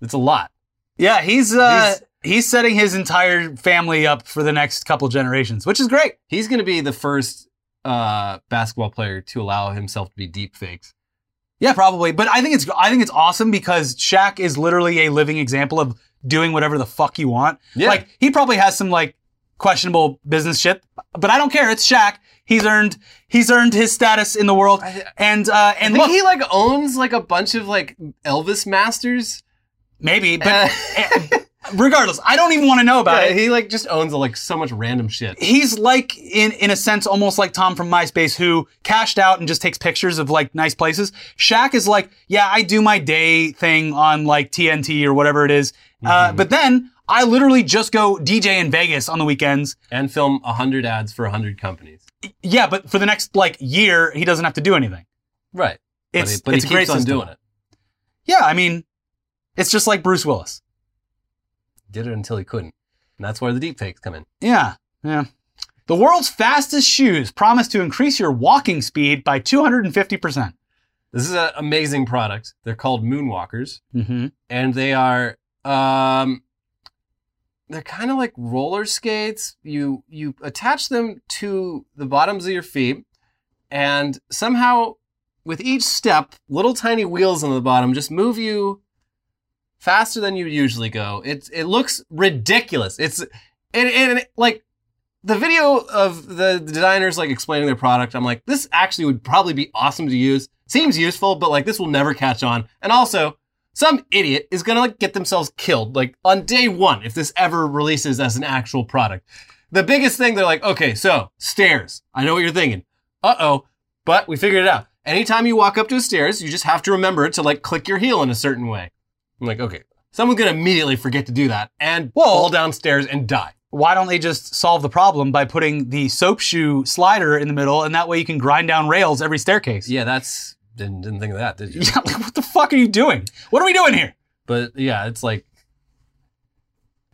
It's a lot. Yeah, he's, uh, He's- he's setting his entire family up for the next couple generations, which is great. He's going to be the first uh, basketball player to allow himself to be deep faked. Yeah, probably. But I think it's I think it's awesome because Shaq is literally a living example of doing whatever the fuck you want. Yeah. Like he probably has some like questionable business shit, but I don't care. It's Shaq. He's earned he's earned his status in the world. And uh and I think look, he like owns like a bunch of like Elvis masters. maybe, but eh, regardless, I don't even want to know about Yeah, it. he like just owns like so much random shit. He's like in in a sense almost like Tom from MySpace who cashed out and just takes pictures of like nice places. Shaq is like, yeah, I do my day thing on like TNT or whatever it is. Uh, Mm-hmm. but then I literally just go DJ in Vegas on the weekends. and film 100 ads for 100 companies. Yeah, but for the next like year, he doesn't have to do anything. Right. But It's he, but it's he a great keeps on system. doing it. Yeah, I mean, it's just like Bruce Willis. Did it until he couldn't. And that's where the deepfakes come in. Yeah, yeah. The world's fastest shoes promise to increase your walking speed by 250%. This is an amazing product. They're called Moonwalkers, Mm-hmm. and they are um they're kind of like roller skates. You you attach them to the bottoms of your feet and somehow with each step, little tiny wheels on the bottom just move you faster than you usually go. It it looks ridiculous. It's and, and, and, like the video of the designers like explaining their product. I'm like, this actually would probably be awesome to use. Seems useful, but like this will never catch on. And also, some idiot is gonna like get themselves killed like on day one if this ever releases as an actual product. The biggest thing they're like, okay, so stairs. I know what you're thinking. Uh oh, but we figured it out. Anytime you walk up to a stairs, you just have to remember to like click your heel in a certain way. I'm like, okay, someone's gonna immediately forget to do that and fall downstairs and die. Why don't they just solve the problem by putting the soap shoe slider in the middle, and that way you can grind down rails every staircase? Yeah, that's didn't didn't think of that, did you? Yeah, like, what the fuck are you doing? What are we doing here? But yeah, it's like,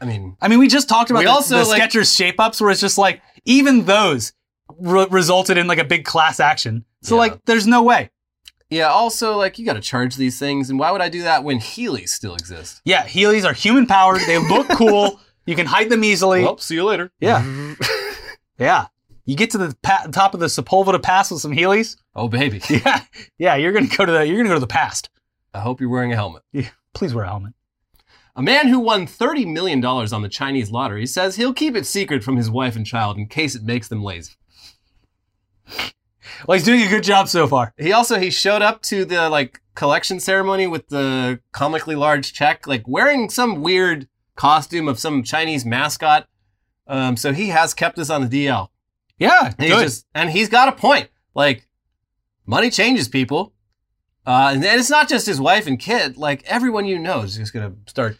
I mean, I mean, we just talked about We the, also, the like- Skechers shape ups, where it's just like even those re- resulted in like a big class action. So Yeah. like, there's no way. yeah. Also, like, you gotta charge these things, and why would I do that when Heelys still exist? Yeah, Heelys are human powered. They look cool. You can hide them easily. Well, see you later. Yeah. yeah. You get to the pa- top of the Sepulveda Pass with some Heelys. Oh baby, Yeah. Yeah. You're gonna go to the. You're gonna go to the past. I hope you're wearing a helmet. Please wear a helmet. A man who won $30 million on the Chinese lottery says he'll keep it secret from his wife and child in case it makes them lazy. Well, he's doing a good job so far. He also he showed up to the like collection ceremony with the comically large check, like wearing some weird costume of some Chinese mascot. Um, so he has kept us on the DL. Yeah, And he's, good. just, and he's got a point. Like, money changes people. Uh, and, and it's not just his wife and kid. Like, everyone you know is just going to start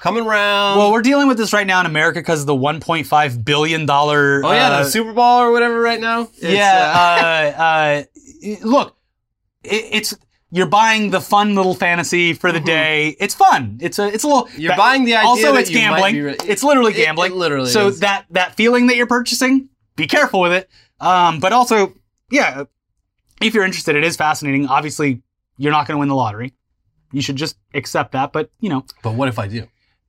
coming around. well, we're dealing with this right now in America because of the 1.5 billion dollar. oh, yeah, uh, the Super Bowl or whatever right now. It's, uh, yeah. Uh, uh, look, it, it's you're buying the fun little fantasy for the day. It's fun. It's a it's a little. Mm-hmm. You're buying the idea Also, that it's you might gambling. be re- it's literally It- it gambling. literally So is. that that feeling that you're purchasing, be careful with it. Um, but also, yeah, if you're interested, it is fascinating. Obviously, you're not going to win the lottery. You should just accept that. But you know, but what if I do?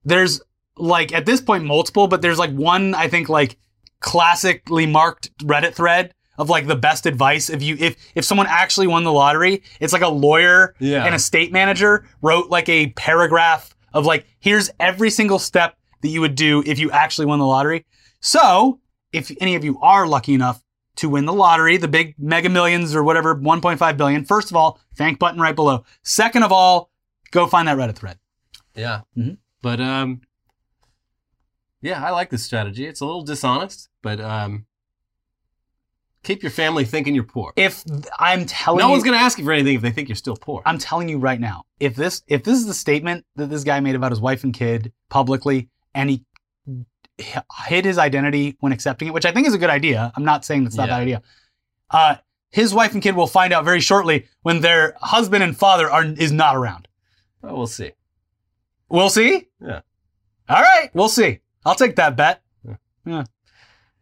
there's like at this point multiple, but there's like one I think like classically marked Reddit thread of like the best advice if you if if someone actually won the lottery, it's like a lawyer Yeah. and a state manager wrote like a paragraph of like here's every single step that you would do if you actually won the lottery. So, if any of you are lucky enough to win the lottery, the big mega millions or whatever 1.5 billion, first of all, thank button right below. Second of all, go find that Reddit thread. Yeah. Mhm. But um yeah, I like this strategy. It's a little dishonest, but um keep your family thinking you're poor. If th- I'm telling no you, one's going to ask you for anything if they think you're still poor. I'm telling you right now, if this if this is the statement that this guy made about his wife and kid publicly, and he h- hid his identity when accepting it, which I think is a good idea. I'm not saying that's not a Yeah. bad idea. Uh, his wife and kid will find out very shortly when their husband and father are is not around. Well, we'll see. We'll see. Yeah. All right, we'll see. I'll take that bet.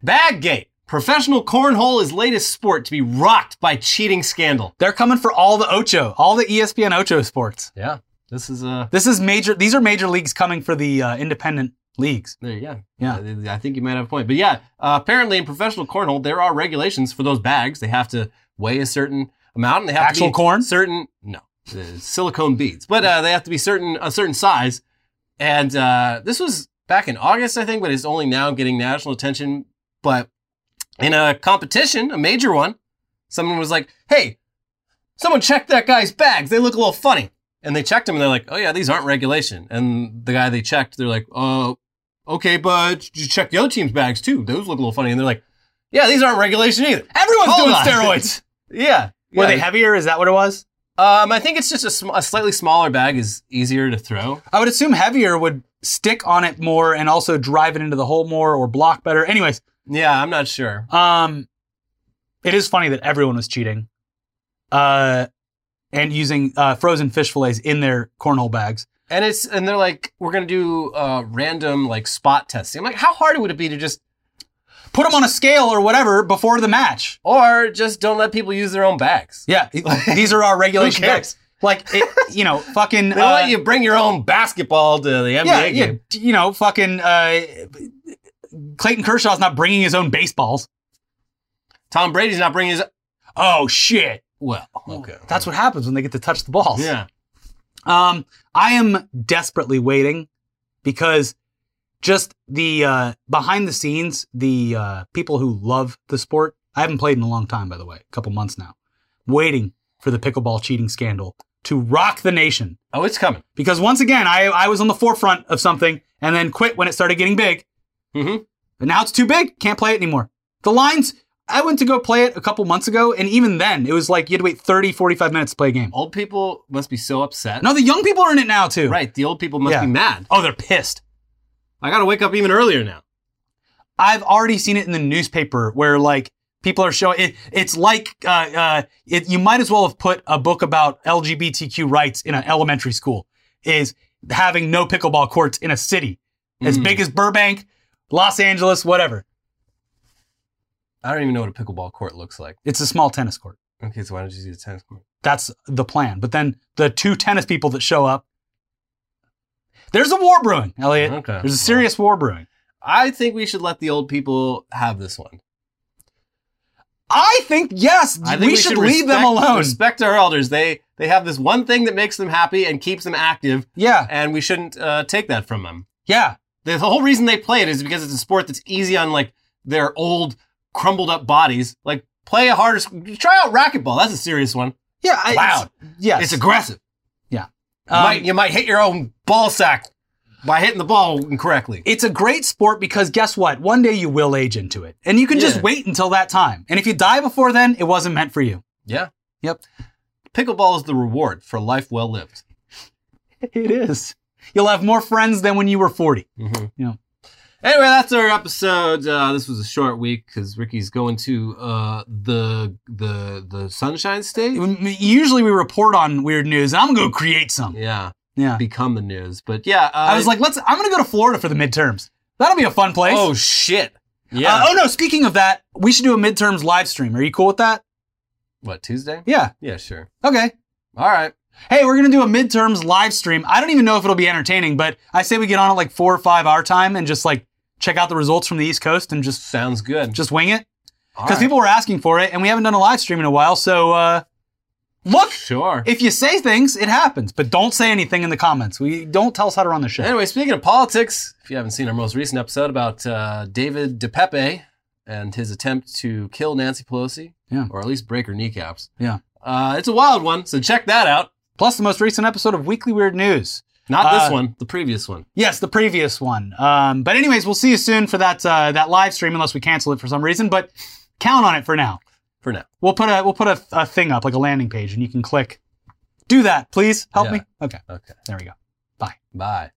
Baggate. Professional cornhole is latest sport to be rocked by cheating scandal. They're coming for all the Ocho, all the E ESPN Ocho sports. Yeah. This is uh This is major. These are major leagues coming for the uh, independent leagues. there you go. Yeah. I- I think you might have a point. But yeah, uh, apparently in professional cornhole there are regulations for those bags. They have to weigh a certain amount and they have Actual to be corn? certain no uh, silicone beads, but uh, they have to be certain a certain size. And uh, this was back in August, I think, but it's only now getting national attention. But in a competition, a major one, someone was like, "Hey, someone checked that guy's bags. They look a little funny." And they checked him, and they're like, "Oh yeah, these aren't regulation." And the guy they checked, they're like, "Oh, okay, but you check the other team's bags too. Those look a little funny." And they're like, "Yeah, these aren't regulation either." Everyone's Hold doing on. steroids. Yeah. Were yeah. they heavier? Is that what it was? Um, I think it's just a, sm- a slightly smaller bag is easier to throw. I would assume heavier would stick on it more and also drive it into the hole more or block better. Anyways, Yeah, I'm not sure. um, it is funny that everyone was cheating, uh, and using uh, frozen fish fillets in their cornhole bags. And it's and they're like, we're gonna do uh, random like spot testing. I'm like, how hard would it be to just Put them on a scale or whatever before the match. or just don't let people use their own bags? Yeah, these are our regulation cares? bags. Like, it, you know, fucking. They don't uh, let you bring your own basketball to the NBA yeah, yeah, game. you know, fucking. Uh, Clayton Kershaw's not bringing his own baseballs. Tom Brady's not bringing his. Oh shit! Well, okay, That's what happens when they get to touch the balls. yeah. Um, I am desperately waiting because just the uh, behind the scenes, the uh, people who love the sport. I haven't played in a long time, by the way, a couple months now. Waiting for the pickleball cheating scandal to rock the nation Oh, it's coming. because once again, I I was on the forefront of something and then quit when it started getting big. Mhm. But now it's too big. Can't play it anymore. The lines. I went to go play it a couple months ago, and even then, it was like you had to wait 30, 45 minutes to play a game. Old people must be so upset. No, the young people are in it now too. right. The old people must Yeah. be mad. Oh, they're pissed. I gotta wake up even earlier now. I've already seen it in the newspaper where like people are showing it. It's like uh, uh, it, you might as well have put a book about LGBTQ rights in an elementary school. Is having no pickleball courts in a city as Mm. big as Burbank, Los Angeles, whatever. I don't even know what a pickleball court looks like. It's a small tennis court. Okay, so why don't you do the tennis court? That's the plan. But then the two tennis people that show up. There's a war brewing, Elliot. Okay. There's a serious war brewing. I think we should let the old people have this one. I think yes, I we, think should, leave them respect- alone. Respect our elders. They they have this one thing that makes them happy and keeps them active, Yeah, and we shouldn't uh, take that from them. yeah, The whole reason they play it is because it's a sport that's easy on like their old crumbled up bodies. Like play a harder. Try out racquetball. That's a serious one. yeah. I, Loud. it's- Yes, It's aggressive. You, Um, might, you might hit your own ball sack by hitting the ball incorrectly. It's a great sport because guess what? One day you will age into it, and you can just Yeah. wait until that time. And if you die before then, it wasn't meant for you. Yeah. Yep. Pickleball is the reward for life well lived. It is. You'll have more friends than when you were forty. Yeah. Anyway, that's our episode. Uh, this was a short week because Ricky's going to uh, the the the Sunshine State. Usually we report on weird news, and I'm gonna go create some. Yeah, Yeah. become the news. But yeah, uh, I was like, let's. I'm gonna go to Florida for the midterms. That'll be a fun place. oh shit. Yeah. Uh, oh no! Speaking of that, we should do a midterms live stream. Are you cool with that? What Tuesday? Yeah. Yeah, sure. Okay. All right. Hey, we're gonna do a midterms live stream. I don't even know if it'll be entertaining, but I say we get on at like four or five our time and just like check out the results from the East Coast and just Sounds good. just wing it All because right. people were asking for it and we haven't done a live stream in a while. So uh, look, sure. if you say things, it happens, but don't say anything in the comments. We don't tell us how to run the show. Anyway, speaking of politics, if you haven't seen our most recent episode about uh, David DePepe and his attempt to kill Nancy Pelosi, Yeah. or at least break her kneecaps, Yeah. uh, it's a wild one. So check that out. Plus, the most recent episode of Weekly Weird News. Not Uh, this one, the previous one. Yes, the previous one. Um, but anyways, we'll see you soon for that uh, that live stream, unless we cancel it for some reason. But count on it for now. For now. We'll put a we'll put a, a thing up like a landing page, and you can click. Do that, please. Help Yeah. me. Okay, Okay. there we go. Bye.